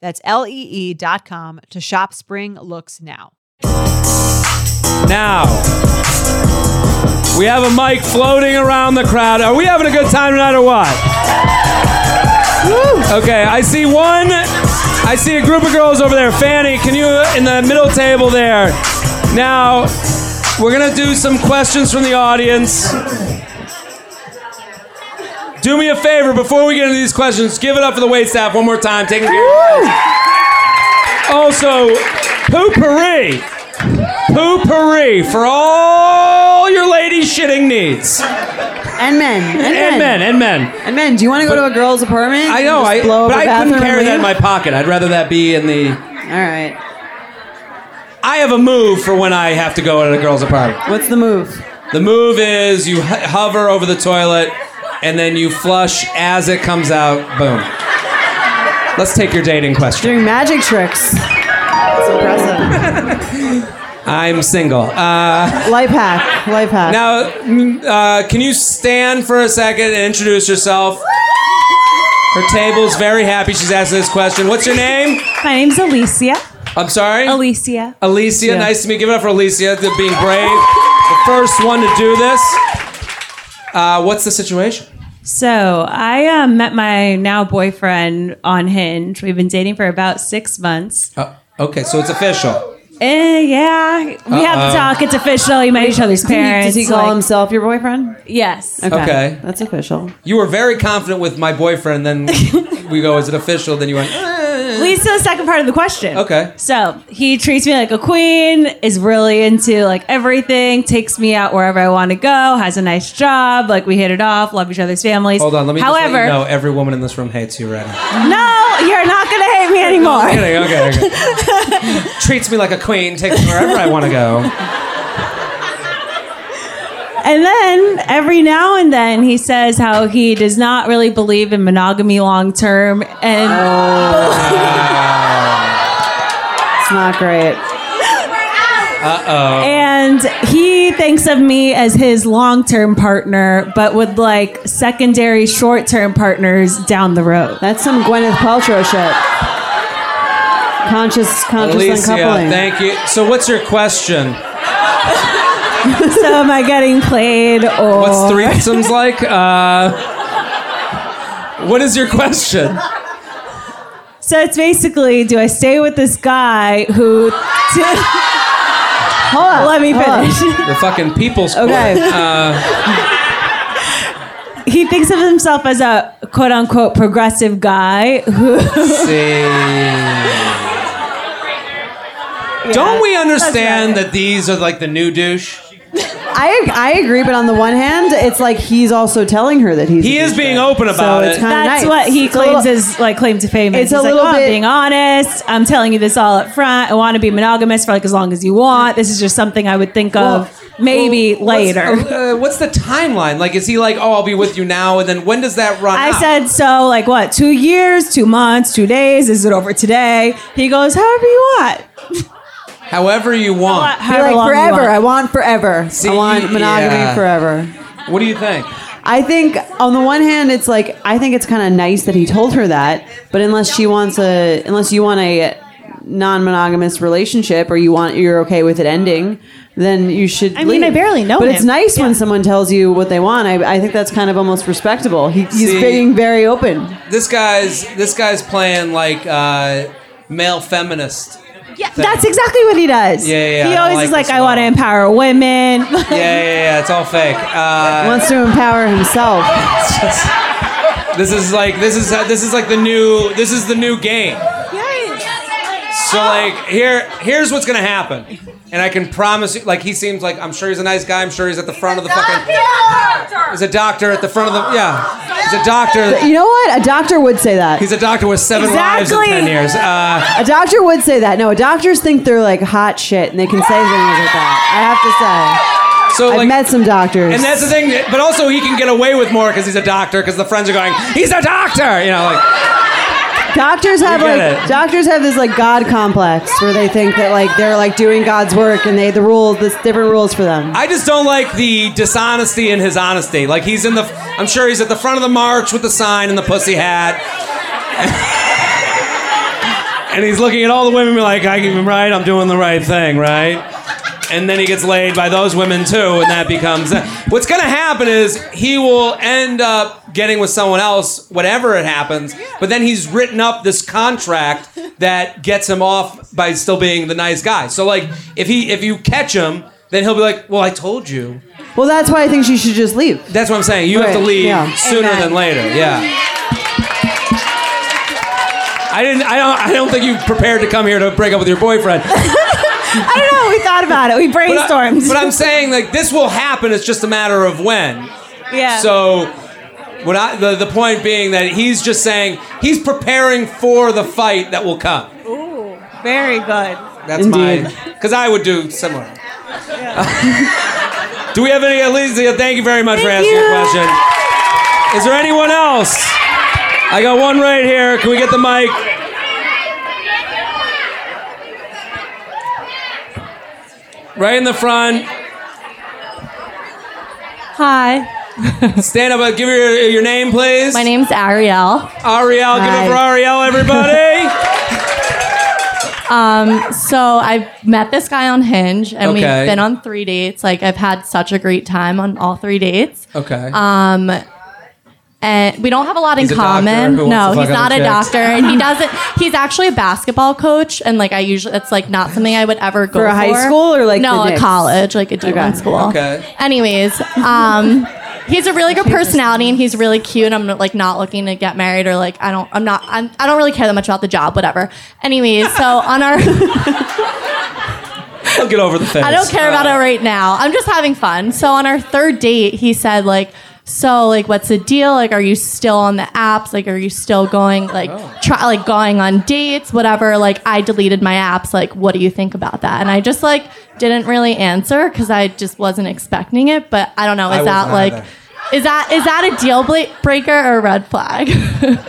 D: That's E lee.com to shop spring looks now.
B: Now, we have a mic floating around the crowd. Are we having a good time tonight or what? Woo. Okay, I see one. I see a group of girls over there. Fanny, can you in the middle table there? Now, we're gonna do some questions from the audience. Do me a favor before we get into these questions. Give it up for the wait staff one more time. Taking care. Also, poopery poopery for all your ladies' shitting needs.
C: And men. And,
B: And men, and men.
C: And men, do you want to go to a girl's apartment?
B: I
C: and
B: know,
C: just
B: I,
C: blow up
B: but
C: a
B: I
C: bathroom
B: couldn't
C: and
B: carry that in my
C: leave?
B: pocket. I'd rather that be in the.
C: All right.
B: I have a move for when I have to go in a girl's apartment.
C: What's the move?
B: The move is you h- hover over the toilet and then you flush as it comes out. Boom. Let's take your dating question.
C: Doing magic tricks. It's impressive.
B: I'm single. Uh,
C: life hack. Life hack.
B: now, mm, uh, can you stand for a second and introduce yourself? Her table's very happy she's asking this question. What's your name?
H: My name's Alicia.
B: I'm sorry?
H: Alicia.
B: Alicia, nice to meet you. Give it up for Alicia for being brave. The first one to do this. Uh, what's the situation?
H: So I uh, met my now boyfriend on Hinge. We've been dating for about six months.
B: Uh, okay, so it's official.
H: Eh, yeah, we have to talk. It's official. You met each other's parents.
C: Does he call
H: like-
C: himself your boyfriend?
H: Yes.
B: Okay.
C: That's official.
B: You were very confident with my boyfriend, then we go, is it official? Then you went, eh.
H: leads to the second part of the question.
B: Okay.
H: So he treats me like a queen, is really into like everything, takes me out wherever I want to go, has a nice job, like we hit it off, love each other's families.
B: hold on, let me just let
H: However,
B: you know every woman in this room hates you right now.
H: no, you're not gonna hate me anymore.
B: Kidding, okay, okay. Treats me like a queen, takes me wherever I want to go.
H: And then every now and then he says how he does not really believe in monogamy long term and
C: It's not great.
H: and he thinks of me as his long term partner, but with like secondary short term partners down the road.
C: That's some Gwyneth Paltrow shit. Conscious, conscious
B: Alicia,
C: uncoupling.
B: thank you. So, what's your question?
H: So am I getting played or
B: What's threesomes like? Uh, what is your question?
H: so it's basically do I stay with this guy who
C: Hold up,
H: let me
C: hold up.
H: finish.
B: The fucking people's court. Uh,
C: Okay.
H: he thinks of himself as a quote unquote progressive guy who
B: Don't we understand that these are like the new douche?
C: I I agree, but on the one hand, it's like he's also telling her that he's
B: He
C: a
B: is
C: douchebag.
B: being open about
C: so it's
B: it.
C: kinda
H: That's
C: nice.
H: what he
C: It's a
H: claims
C: little-
H: is like claim to fame.
C: It's
H: He's
C: a
H: like,
C: little
H: "Oh, I'm
C: bit-
H: being honest. I'm telling you this all up front. I want to be monogamous for like as long as you want. This is just something I would think of maybe
B: Well, what's-
H: later.
B: uh, what's the timeline? Like, is he like, oh, I'll be with you now, and then when does that run?
H: I
B: out?
H: said, so like what, two years, two months, two days? Is it over today? He goes, however you want.
B: however you want.
C: Be
H: However
C: like
H: long you
C: forever.
H: want."
C: I want forever.
B: See,
C: I want monogamy
B: yeah.
C: forever.
B: What do you think?
C: I think on the one hand, it's like I think it's kind of nice that he told her that, but unless she wants a, unless you want a non-monogamous relationship or you want you're okay with it ending, then you should.
H: I mean, I
C: leave.
H: barely know
C: But
H: him.
C: it's nice
H: Yeah.
C: when someone tells you what they want. I, I think that's kind of almost respectable. He, he's
B: See.
C: being very open.
B: This guy's this guy's playing like uh, male feminist.
H: Yeah, that's exactly what he does.
B: Yeah, yeah, yeah. I
H: he
B: don't
H: always
B: like
H: is like,
B: this
H: I
B: at
H: want to
B: all."
H: empower women.
B: Yeah, yeah, yeah. It's all fake. Uh,
C: Wants to empower himself.
B: uh, this is like this is this is like the new this is the new game. So like here here's what's gonna happen. And I can promise you like he seems like I'm sure he's a nice guy, I'm sure he's at the front of the fucking He's a doctor at the front of the yeah. He's a doctor
C: You know what? A doctor would say that.
B: he's a doctor with seven wives in
C: Exactly.
B: ten years. Uh,
C: A doctor would say that. No, doctors think they're like hot shit and they can say things like that.
B: so
C: I have to say.
B: like
C: I've met some doctors.
B: And that's the thing, but also he can get away with more because he's a doctor. Because the friends are going, he's a doctor, you know. Like,
C: doctors have
B: You get
C: like
B: it.
C: doctors have this like God complex where they think that like they're like doing God's work and they the rules this different rules for them.
B: I just don't like the dishonesty in his honesty. Like he's in the, I'm sure he's at the front of the march with the sign and the pussy hat, and he's looking at all the women, be like, I am right, I'm doing the right thing, right? And then he gets laid by those women too, and that becomes. What's gonna happen is he will end up getting with someone else, whatever it happens. But then he's written up this contract that gets him off by still being the nice guy. So like, if he if you catch him, then he'll be like, "Well, I told you."
C: Well, that's why I think she should just leave.
B: That's what I'm saying. You have to
C: Right,
B: leave
C: yeah.
B: sooner
F: Amen.
B: than later. Yeah. I didn't. I don't. I don't think you prepared to come here to break up with your boyfriend.
H: I don't know. We thought about it. We
B: But, I,
H: brainstormed.
B: am saying like this will happen. It's just a matter of when.
H: yeah.
B: So, what I the, the point being that he's just saying he's preparing for the fight that will come.
H: Ooh, very good.
B: That's
C: Indeed.
B: my because I would do similar. do we have any? Alicia, thank you very much for
H: Thank
B: asking your
H: you.
B: question. Is there anyone else? I got one right here. Can we get the mic? Right in the front.
I: Hi,
B: Stand up. uh, Give your your name, please.
I: my name's Ariel.
B: Ariel. Give
C: Hi.
B: it for Ariel, everybody.
I: Um, So I met this guy on Hinge, and
B: Okay.
I: we've been on three dates. Like I've had such a great time on all three dates.
B: okay.
I: Um, and we don't have a lot
B: He's a
I: in
B: doctor
I: common.
B: who wants
I: No,
B: to
I: he's
B: fuck
I: not
B: other
I: a
B: chicks.
I: doctor, and he doesn't. He's actually a basketball coach, and like I usually, that's like not something I would ever go
C: For a high school or, like, the
I: no, a
C: Knicks?
I: college, like a D one school.
B: Okay.
I: Anyways, um, he's a really good personality, and he's really cute. I'm like not looking to get married or like I don't. I'm not. I'm, I don't really care that much about the job. Whatever. Anyways, so on our.
B: I'll get over the fence.
I: I don't care about it right now. I'm just having fun. So on our third date, he said like, "So like, what's the deal? Like, are you still on the apps? Like, are you still going like
B: Oh.
I: try like going on dates? Whatever. Like, I deleted my apps. Like, what do you think about that?" And I just like didn't really answer because I just wasn't expecting it. But I don't know.
B: I
I: Is that
B: wasn't
I: like?
B: either.
I: Is that is that a deal bla- breaker or a red flag?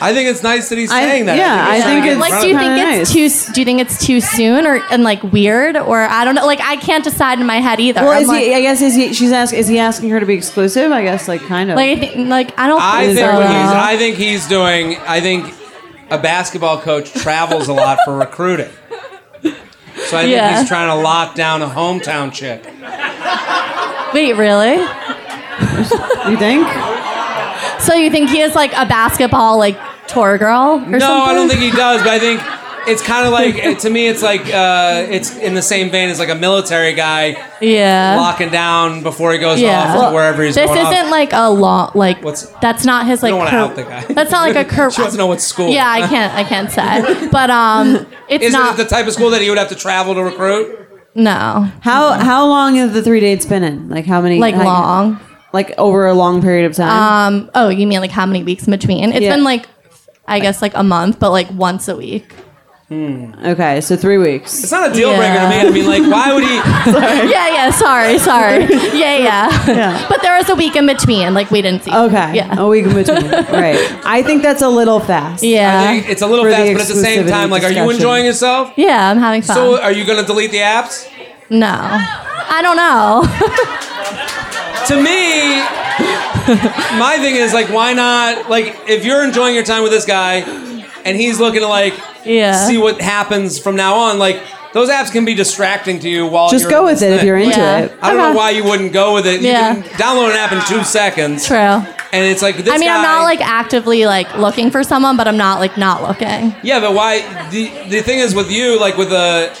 B: I think it's nice that he's
C: I-
B: saying that.
C: yeah, I think it's-
I: like, do you think
C: kinda
I: it's too s- do you think it's too soon or and like weird or I don't know? Like, I can't decide in my head either.
C: Well,
I: I'm
C: is
I: like-
C: he? I guess is he? She's asking. Is he asking her to be exclusive? I guess like kind of.
I: Like, I think, like I don't.
B: I
I: think
B: think
I: so,
B: what he's
I: though.
B: I think he's doing I think a basketball coach travels a lot for recruiting. So I think
I: Yeah.
B: he's trying to lock down a hometown chick.
I: Wait, really?
C: you think?
I: So you think he is like a basketball like tour girl or something?
B: no, I don't think he does, but I think it's kind of like it- to me it's like uh, it's in the same vein as like a military guy
I: Yeah.
B: locking down before he goes
I: yeah.
B: off to wherever he's
I: this
B: going off.
I: isn't like a long like.
B: What's-
I: that's not his
B: I
I: like.
B: don't wanna
I: cur-
B: out the guy.
I: That's not like a curve.
B: She wants to know what school.
I: Yeah, I can't. I can't say. But um, it's
B: Isn't
I: not.
B: it the type of school that he would have to travel to recruit?
I: no,
C: How how long have the three dates been in? Like how many?
I: like
C: how-
I: long.
C: Like over a long period of time.
I: Um. Oh, you mean like how many weeks in between? It's
C: Yeah.
I: been like, I guess like a month, but like once a week.
C: okay, so three weeks.
B: Hmm. It's not a deal breaker to me. I mean, like, why would he?
I: Yeah, yeah. Sorry, sorry. Yeah, yeah.
C: Yeah.
I: But there was a week in between. Like we didn't see.
C: Okay.
I: Yeah.
C: A week in between. right. I think that's a little fast.
I: Yeah.
B: It's a little
C: For the
B: fast, but at the same
C: exclusivity
B: time, like, are you
C: discussion.
B: enjoying yourself?
I: yeah, I'm having fun.
B: So, uh, are you going to delete the apps?
I: no. I don't know.
B: To me, my thing is like, why not? Like, if you're enjoying your time with this guy, and he's looking to like
I: Yeah.
B: see what happens from now on, like those apps can be distracting to you while
C: Just
B: you're
C: go
B: in
C: with
B: this
C: it if
B: thing.
C: you're into
I: Yeah.
C: it. Uh-huh.
B: I don't know
I: Okay.
B: why you wouldn't go with it. You
I: Yeah.
B: can download an app in two seconds,
I: True.
B: and it's like this.
I: I mean, I'm
B: guy-
I: not like actively like looking for someone, but I'm not like not looking.
B: Yeah, but why? The the thing is with you, like with a,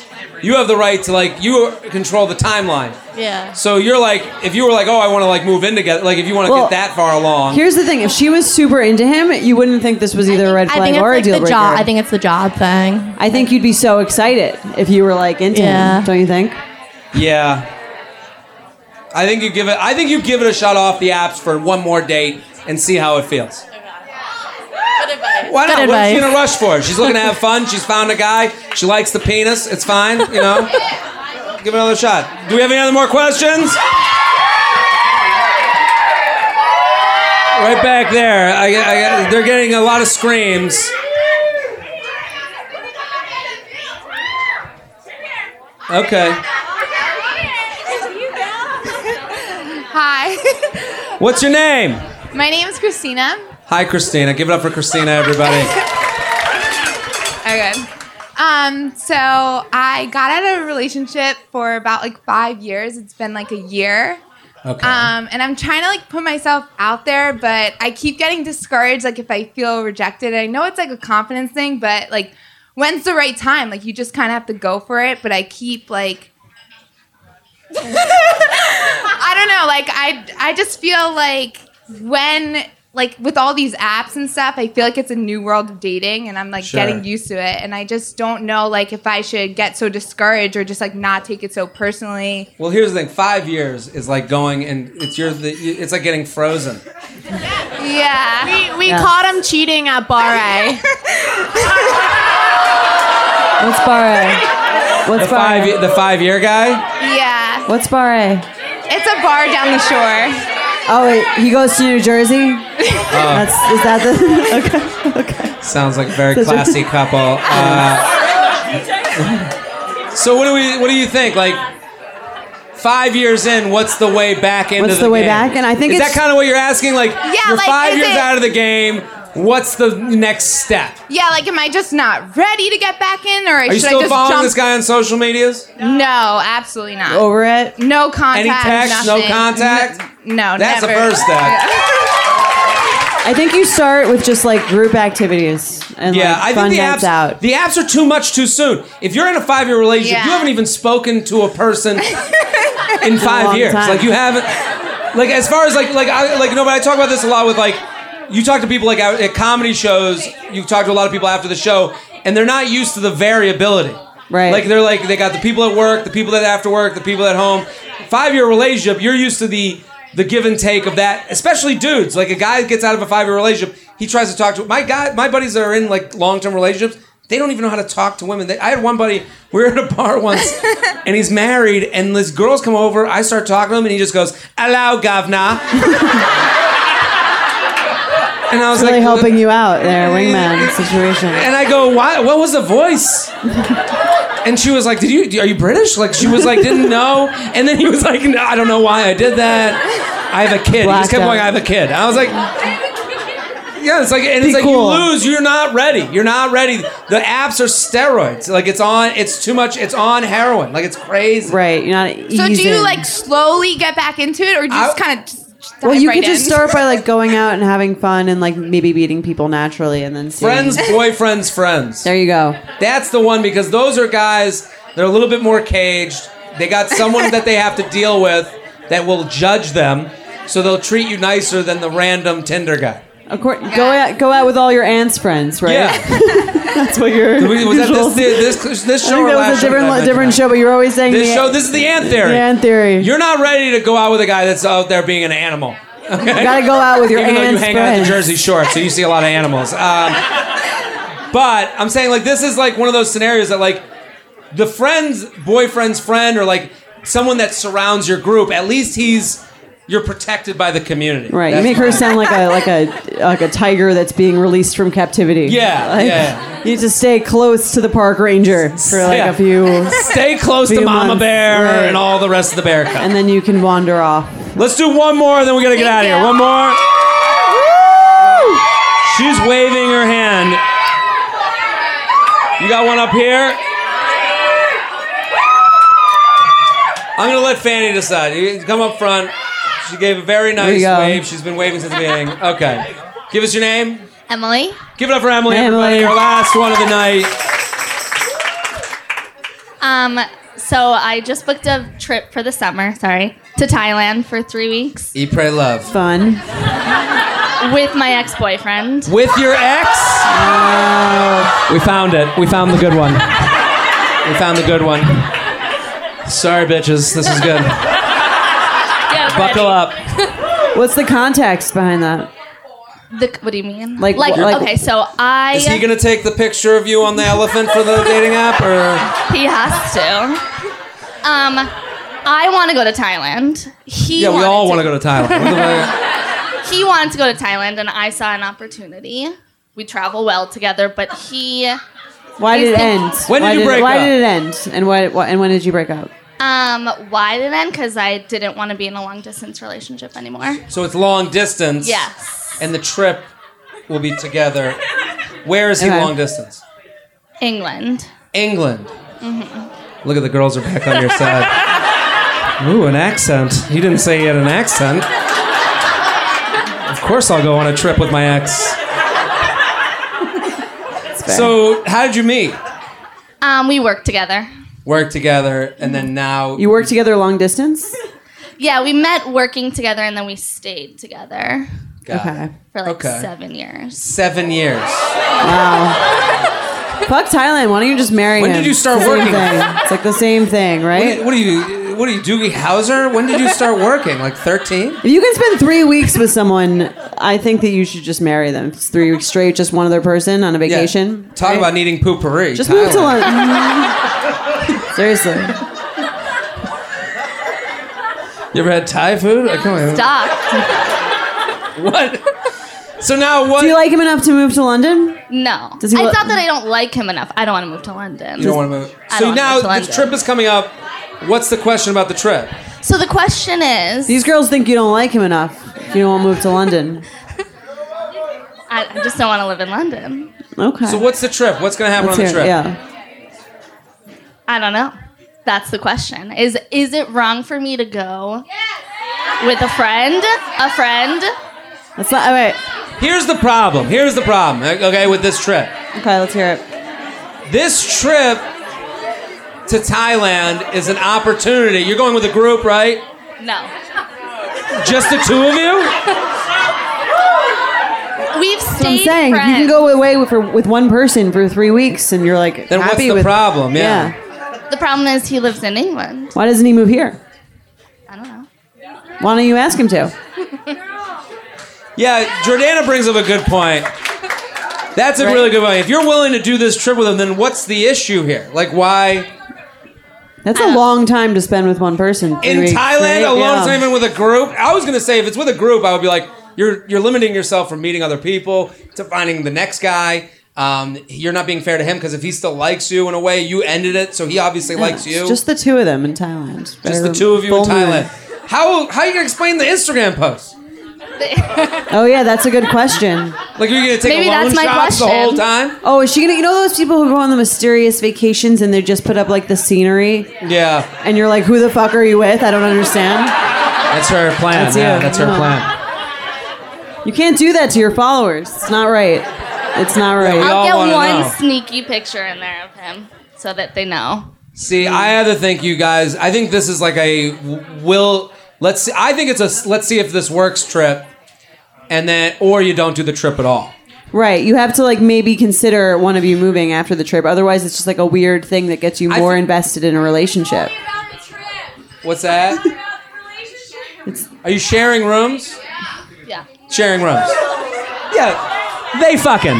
B: You have the right to like you control the timeline.
I: Yeah.
B: So you're like, if you were like, oh, I want to like move in together, like if you want to
C: Well,
B: get that far along,
C: Here's the thing: if she was super into him, you wouldn't think this was either a red
I: I
C: flag
I: think it's
C: or a
I: like
C: deal
I: the
C: breaker.
I: job. I think it's the job thing.
C: I think you'd be so excited if you were like into
I: Yeah.
C: him, don't you think?
B: yeah. I think you give it. I think you give it a shot off the apps for one more date and see how it feels. Why not?
I: Good
B: What's she in
I: advice.
B: a rush for? She's looking to have fun. She's found a guy. She likes the penis. It's fine. You know. Give it another shot. Do we have any other more questions? Right back there. I, I, they're getting a lot of screams. Okay.
J: Hi.
B: What's your name?
J: My name is Christina.
B: Hi, Christina. Give it up for Christina, everybody.
J: Okay. Um, so I got out of a relationship for about like five years. It's been like a year.
B: Okay.
I: Uh,
J: Um, and I'm trying to like put myself out there, but I keep getting discouraged. Like if I feel rejected, I know it's like a confidence thing, but like when's the right time? Like you just kind of have to go for it. But I keep like, I don't know. Like I, I just feel like when like with all these apps and stuff, I feel like it's a new world of dating, and I'm like
B: Sure.
J: getting used to it. And I just don't know like if I should get so discouraged or just like not take it so personally.
B: Well, here's the thing. Five years is like going, and it's your. The, it's like getting frozen.
J: Yeah.
I: We, we caught him cheating at bar A.
C: What's bar A? What's
B: The
C: bar
B: five.
C: A?
B: The five year guy.
J: Yeah,
C: What's bar A?
J: it's a bar down the shore.
C: Oh wait, he goes to New Jersey.
B: Uh.
C: That's is that the okay? Okay.
B: Sounds like a very
C: Such a-
B: classy couple. Uh, so what do we? What do you think? Like five years in, what's the way back into
C: What's
B: the
C: the way
B: game?
C: back? And I think
B: is
C: it's-
B: that kind of what you're asking? Like you're
J: like,
B: five
J: is
B: years
J: it-
B: out of the game. What's the next step?
J: Yeah, like am I just not ready to get back in, or
B: Are you
J: should
B: still
J: I just
B: following
J: jump?
B: this guy on social medias?
J: No, absolutely not.
C: Over it.
J: No contact.
B: Any text? No
J: nothing.
B: contact?
J: N- No,
B: That's the
J: never.
B: first step.
C: I think you start with just like group activities and
B: Yeah,
C: like
B: I
C: fun
B: think the
C: nights
B: apps
C: out.
B: the apps are too much too soon. If you're in a five year relationship,
J: Yeah.
B: you haven't even spoken to a person in five
C: long
B: years.
C: time.
B: Like you haven't. Like as far as like like I like no, but I talk about this a lot with like you talk to people like at at comedy shows. You talk to a lot of people after the show, and they're not used to the variability.
C: Right.
B: Like they're like they got the people at work, the people that after work, the people at home. Five year relationship, you're used to the the give and take of that, especially dudes. Like a guy gets out of a five year relationship, he tries to talk to my guy. My buddies that are in like long term relationships, they don't even know how to talk to women. They, I had one buddy. We were at a bar once, and he's married, and this girls come over. I start talking to him, and he just goes, "Hello, governor." and I was
C: Really
B: like,
C: helping you out there, wingman situation.
B: and I go, "Why? What was the voice?" And she was like, "Did you? Are you British?" Like she was like, "Didn't know." And then he was like, no, "I don't know why I did that. I have a kid." he just
C: Blacked
B: kept going,
C: out.
B: "I have a kid." I was like, "Yeah." It's like, and it's
C: Be
B: like
C: cool.
B: you lose. You're not ready. You're not ready. The apps are steroids. Like it's on. It's too much. It's on heroin. Like it's crazy.
C: Right, you're not.
J: So do you
C: easing.
J: like slowly get back into it, or do you
B: I-
J: just kind of?
C: Well, you could just start by like going out and having fun and like maybe meeting people naturally and then seeing.
B: Friends, boyfriends, friends.
C: There you go.
B: That's the one because those are guys they're a little bit more caged. They got someone that they have to deal with that will judge them, so they'll treat you nicer than the random Tinder guy.
C: Of course, go out, go out with all your aunt's friends, right?
B: Yeah,
C: that's what you're.
B: We- was that this this this
C: I
B: show?
C: think
B: or
C: that
B: last
C: was a
B: show
C: different
B: that I mentioned
C: different
B: that?
C: show, but you're always saying
B: This
C: the,
B: show. This is the ant theory.
C: the aunt theory.
B: You're not ready to go out with a guy that's out there being an animal. Okay?
C: you gotta go out with your
B: Even though you
C: aunt's
B: hang out at the
C: friends.
B: Jersey Shore, so you see a lot of animals. Um, but I'm saying like this is like one of those scenarios that like the friend's boyfriend's friend or like someone that surrounds your group. At least he's you're protected by the community.
C: Right, you
B: That's
C: make her sound like a like a like a tiger that's being released from captivity.
B: Yeah,
C: Like,
B: yeah.
C: You just stay close to the park ranger for like
B: Yeah.
C: a few,
B: Stay close to
C: Few
B: Mama
C: months,
B: Bear
C: right.
B: and all the rest of the bear. cubs.
C: and then you can wander off.
B: Let's do one more, and then we gotta get out of
J: Thank
B: here.
J: you.
B: One more. She's waving her hand. You got one up here. I'm gonna let Fanny decide. You come up front. She gave a very nice
C: go.
B: wave. She's been waving since the beginning. Okay. Give us your name.
J: Emily.
B: Give it up for Emily.
C: Emily.
B: Everybody, your last one of the night.
K: Um, so I just booked a trip for the summer, sorry, to Thailand for three weeks
L: Eat, pray, love.
C: Fun.
K: with my ex boyfriend.
B: With your ex? We found it. We found the good one. We found the good one. Sorry, bitches. This is good. Buckle up.
C: What's the context behind that?
K: The, what do you mean?
C: Like- like-
K: okay, so I. uh,
B: Is he gonna take the picture of you on the elephant for the dating app, or
K: He has to. Um, I want to go to Thailand. He
B: yeah, we
K: wanted
B: all want to go to Thailand. What the fuck?
K: he wanted to go to Thailand, and I saw an opportunity. We travel well together, but he
C: Why did it end?
K: When did
C: why
K: you break
C: why
K: up?
C: did it end? And why, why? And when did you break up?
K: um why did it end? Because I didn't want to be in a long distance relationship anymore.
B: so it's long distance.
K: Yes.
B: And the trip will be together. Where is he
K: Okay.
B: long distance?
K: England.
B: England.
K: hmm
B: Look at the girls are back on your side. Ooh, an accent. You didn't say he had an accent. Of course, I'll go on a trip with my ex. So, how did you meet?
K: Um, we worked together.
B: Work together, and then now
C: You work together long distance.
K: Yeah, we met working together, and then we stayed together
B: Got it.
K: for like
B: Okay.
K: seven years.
B: Seven years.
C: Wow. Fuck Thailand. Why don't you just marry
B: When
C: him?
B: did you
C: It's
B: start
C: the same
B: working?
C: thing. It's like the same thing, right?
B: What do you? What do you, Doogie Howser? When did you start working? Like thirteen?
C: If you can spend three weeks with someone, I think that you should just marry them. If it's three weeks straight, just one other person on a vacation.
B: Talk about needing poopery.
C: Just move to
B: Thailand.
C: London. Seriously.
B: You ever had Thai food? Like, come on.
K: Stop.
B: What? So now what?
C: Do you like him enough to move to London?
K: No.
C: Does he
K: I
C: lo-
K: thought that I don't like him enough. I don't want to move to London.
B: You don't want to move.
K: I
B: So
K: don't wanna
B: now
K: move to
B: this
K: London.
B: trip is coming up. What's the question about the trip?
K: So the question is,
C: These girls think you don't like him enough. if You don't want to move to London.
K: I, I just don't want to live in London.
C: Okay.
B: So what's the trip? What's going to happen
C: Let's
B: on the
C: hear it,
B: trip?
C: yeah.
K: I don't know. That's the question. Is is it wrong for me to go with a friend? A friend?
C: That's not, all right.
B: Here's the problem. Here's the problem. Okay, with this trip.
C: Okay, let's hear it.
B: This trip to Thailand is an opportunity. You're going with a group, right?
K: No.
B: Just the two of you?
K: We've
C: That's what I'm
K: stayed
C: saying.
K: friends.
C: You can go away with, for, with one person for three weeks, and you're like
B: Then what's
C: happy
B: the
C: with-
B: problem? Yeah.
K: the problem is he lives in England.
C: Why doesn't he move here?
K: I don't know.
C: Why don't you ask him to?
B: Yeah, Jordana brings up a good point. That's a really good point. If you're willing to do this trip with them, then what's the issue here? Like, why
C: That's a long time to spend with one person. three
B: in
C: weeks,
B: Thailand
C: right?
B: alone? It's
C: Yeah.
B: not even with a group. I was gonna say if it's with a group, I would be like, you're you're limiting yourself from meeting other people to finding the next guy. Um, you're not being fair to him because if he still likes you in a way, you ended it, so he obviously likes
C: It's
B: you.
C: Just the two of them in Thailand.
B: Just the two of you in Thailand. How how you gonna explain the Instagram post?
C: Oh yeah, that's a good question.
B: Like, are you gonna take
K: Maybe
B: alone
K: that's my
B: shots the
K: question.
B: whole time?
C: Oh, is she gonna? You know those people who go on the mysterious vacations and they just put up like the scenery,
B: Yeah.
C: and you're like, "Who the fuck are you with? I don't understand."
B: That's her plan.
C: That's
B: yeah,
C: you.
B: that's her
C: Yeah.
B: plan.
C: You can't do that to your followers. It's not right. It's not right.
K: I'll get one sneaky picture in there of him so that they know.
B: See, I either think you guys. I think this is like a w- will. Let's. See, I think it's a s- let's see if this works trip, and then or you don't do the trip at all.
C: Right. You have to like maybe consider one of you moving after the trip. Otherwise, it's just like a weird thing that gets you more invested in a relationship.
B: What's that? Are you sharing rooms?
K: Yeah.
B: Sharing rooms. Yeah. They fucking.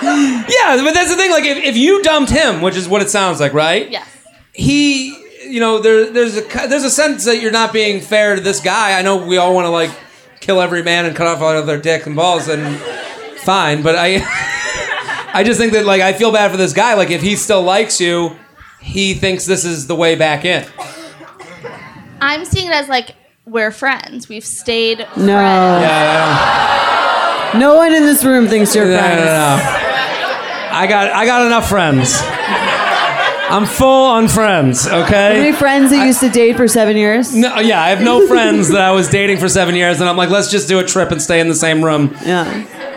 E: Uh,
B: yeah, but that's the thing. Like, if, if you dumped him, which is what it sounds like, right?
K: Yes.
B: He, you know, there, there's a cu- there's a sense that you're not being fair to this guy. I know we all want to like kill every man and cut off all of their dick and balls, and fine. But I, I just think that like I feel bad for this guy. Like, if he still likes you, he thinks this is the way back in.
K: I'm seeing it as like we're friends. We've stayed
C: No. No one in this room thinks you're
B: No, no,
C: friends.
B: no. Uh, I got I got enough friends. I'm full on friends,
C: How
B: okay?
C: many friends that used to date for seven years?
B: No, yeah, I have no friends that I was dating for seven years, and I'm like, let's just do a trip and stay in the same room.
C: Yeah.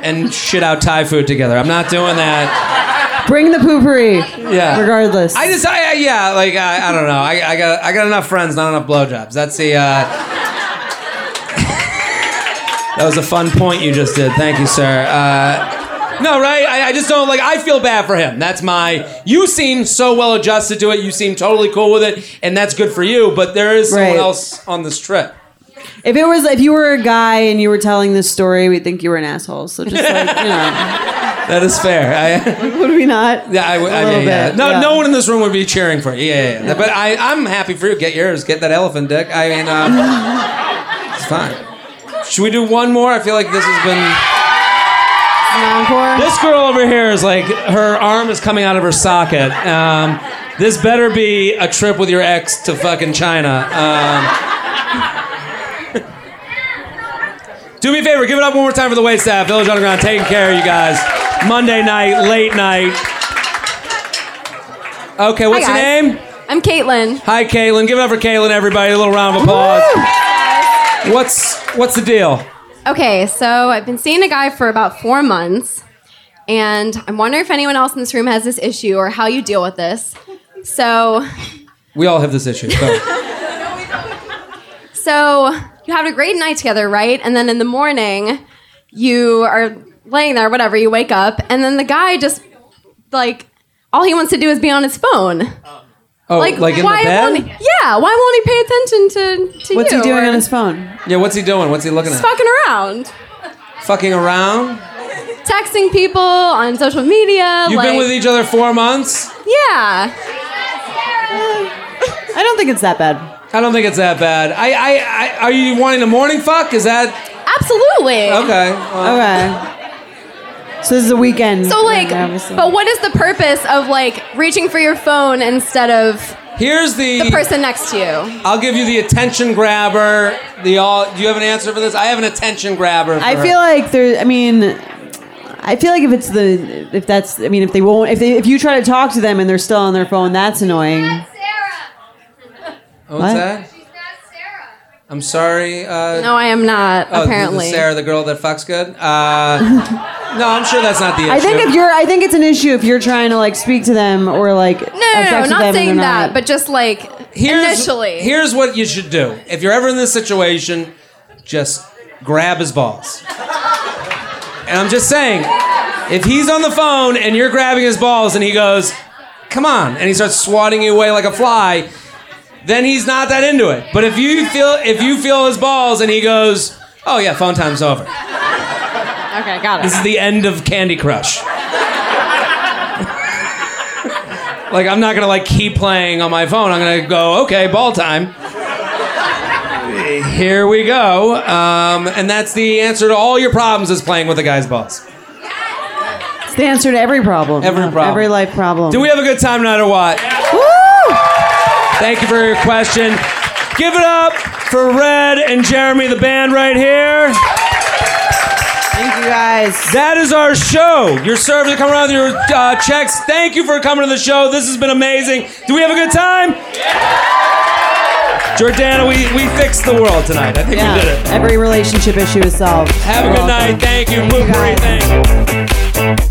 B: And shit out Thai food together. I'm not doing that.
C: Bring the poopery.
B: Yeah.
C: Regardless.
B: I just, I, I- yeah, like I, I don't know. I, I got, I got enough friends, not enough blowjobs. That's the. Uh, that was a fun point you just did. Thank you, sir. Uh, no, right? I, I just don't like. I feel bad for him. That's my. You seem so well adjusted to it. You seem totally cool with it, and that's good for you. But there is someone
C: Right.
B: else on this trip.
C: If it was, if you were a guy and you were telling this story, we'd think you were an asshole. So just like, you know,
B: That is fair. I,
C: like, would we not?
B: Yeah, I, would- I-
C: A little
B: yeah, yeah.
C: bit,
B: No,
C: yeah.
B: no one in this room would be cheering for you. Yeah, yeah, yeah. But I, I'm happy for you. Get yours. Get that elephant dick. I mean, uh, it's fine. Should we do one more? I feel like this has been. This girl over here is like her arm is coming out of her socket. Um, this better be a trip with your ex to fucking China. Um, do me a favor, give it up one more time for the wait staff. Village Underground taking care of you guys. Monday night, late night. Okay, what's your
L: Hi,
B: name?
L: guys. I'm Caitlin.
B: Hi, Caitlin. Give it up for Caitlin, everybody. A little round of applause. What's what's the deal?
L: Okay, so I've been seeing a guy for about four months, and I'm wondering if anyone else in this room has this issue or how you deal with this. So,
B: We all have this issue. Go.
L: so you have a great night together, right? And then in the morning, you are laying there, whatever. You wake up, and then the guy just like all he wants to do is be on his phone.
B: Oh, like, in the
L: why Won't he,
B: bed?
L: yeah, why won't he pay attention to to
C: What's
L: you?
C: he doing
L: or
C: on his phone?
B: Yeah, what's he doing? What's he looking
L: Just
B: at?
L: fucking around.
B: Fucking around?
L: texting people on social media.
B: You've
L: Uh, like,
B: been with each other four months?
L: Yeah.
C: I don't think it's that bad.
B: I don't think it's that bad. I, I, I are you wanting a morning fuck? Is that
L: Absolutely.
B: okay? well-
C: okay. Uh, So this is a weekend.
L: So like,
C: thing, obviously.
L: but what is the purpose of like reaching for your phone instead of
B: Here's the.
L: the person next to you?
B: I'll give you the attention grabber. The all. Do you have an answer for this? I have an attention grabber. For
C: I
B: her.
C: feel like there. I mean, I feel like if it's the if that's. I mean, if they won't if they if you try to talk to them and they're still on their phone, that's annoying.
B: What's
C: What?
B: that? She's not Sarah. I'm sorry. Uh,
L: No, I am not.
B: oh, this is
L: apparently.
B: Sarah, the girl that fucks good. Uh, no, I'm sure that's not the issue.
C: I think if you're, I think it's an issue if you're trying to like speak to them or like.
L: No, no, no, not saying that, but just like
B: Here's-
L: initially.
B: Here's what you should do. If you're ever in this situation, just grab his balls. And I'm just saying, if he's on the phone and you're grabbing his balls and he goes, come on, and he starts swatting you away like a fly, then he's not that into it. But if you feel if you feel his balls and he goes, Oh yeah, phone time's over.
L: okay, got
B: This is the end of Candy Crush. like I'm not gonna like keep playing on my phone. I'm gonna go, okay, ball time. Here we go. Um, and that's the answer to all your problems is playing with the guy's balls.
C: it's the answer to every problem. Every problem. Every life problem.
B: Do we have a good time tonight or what?
C: Woo!
B: Thank you for your question. Give it up for Red and Jeremy, the band right here.
C: Thank you guys.
B: That is our show. Your servers are coming around with your uh, checks. Thank you for coming to the show. This has been amazing. Do we have a good time? Jordana, we, we fixed the world tonight. I think we did it.
C: Every relationship issue is solved.
B: Have a good night. Thank you. Poopery, thank you.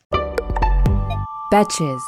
M: Betches.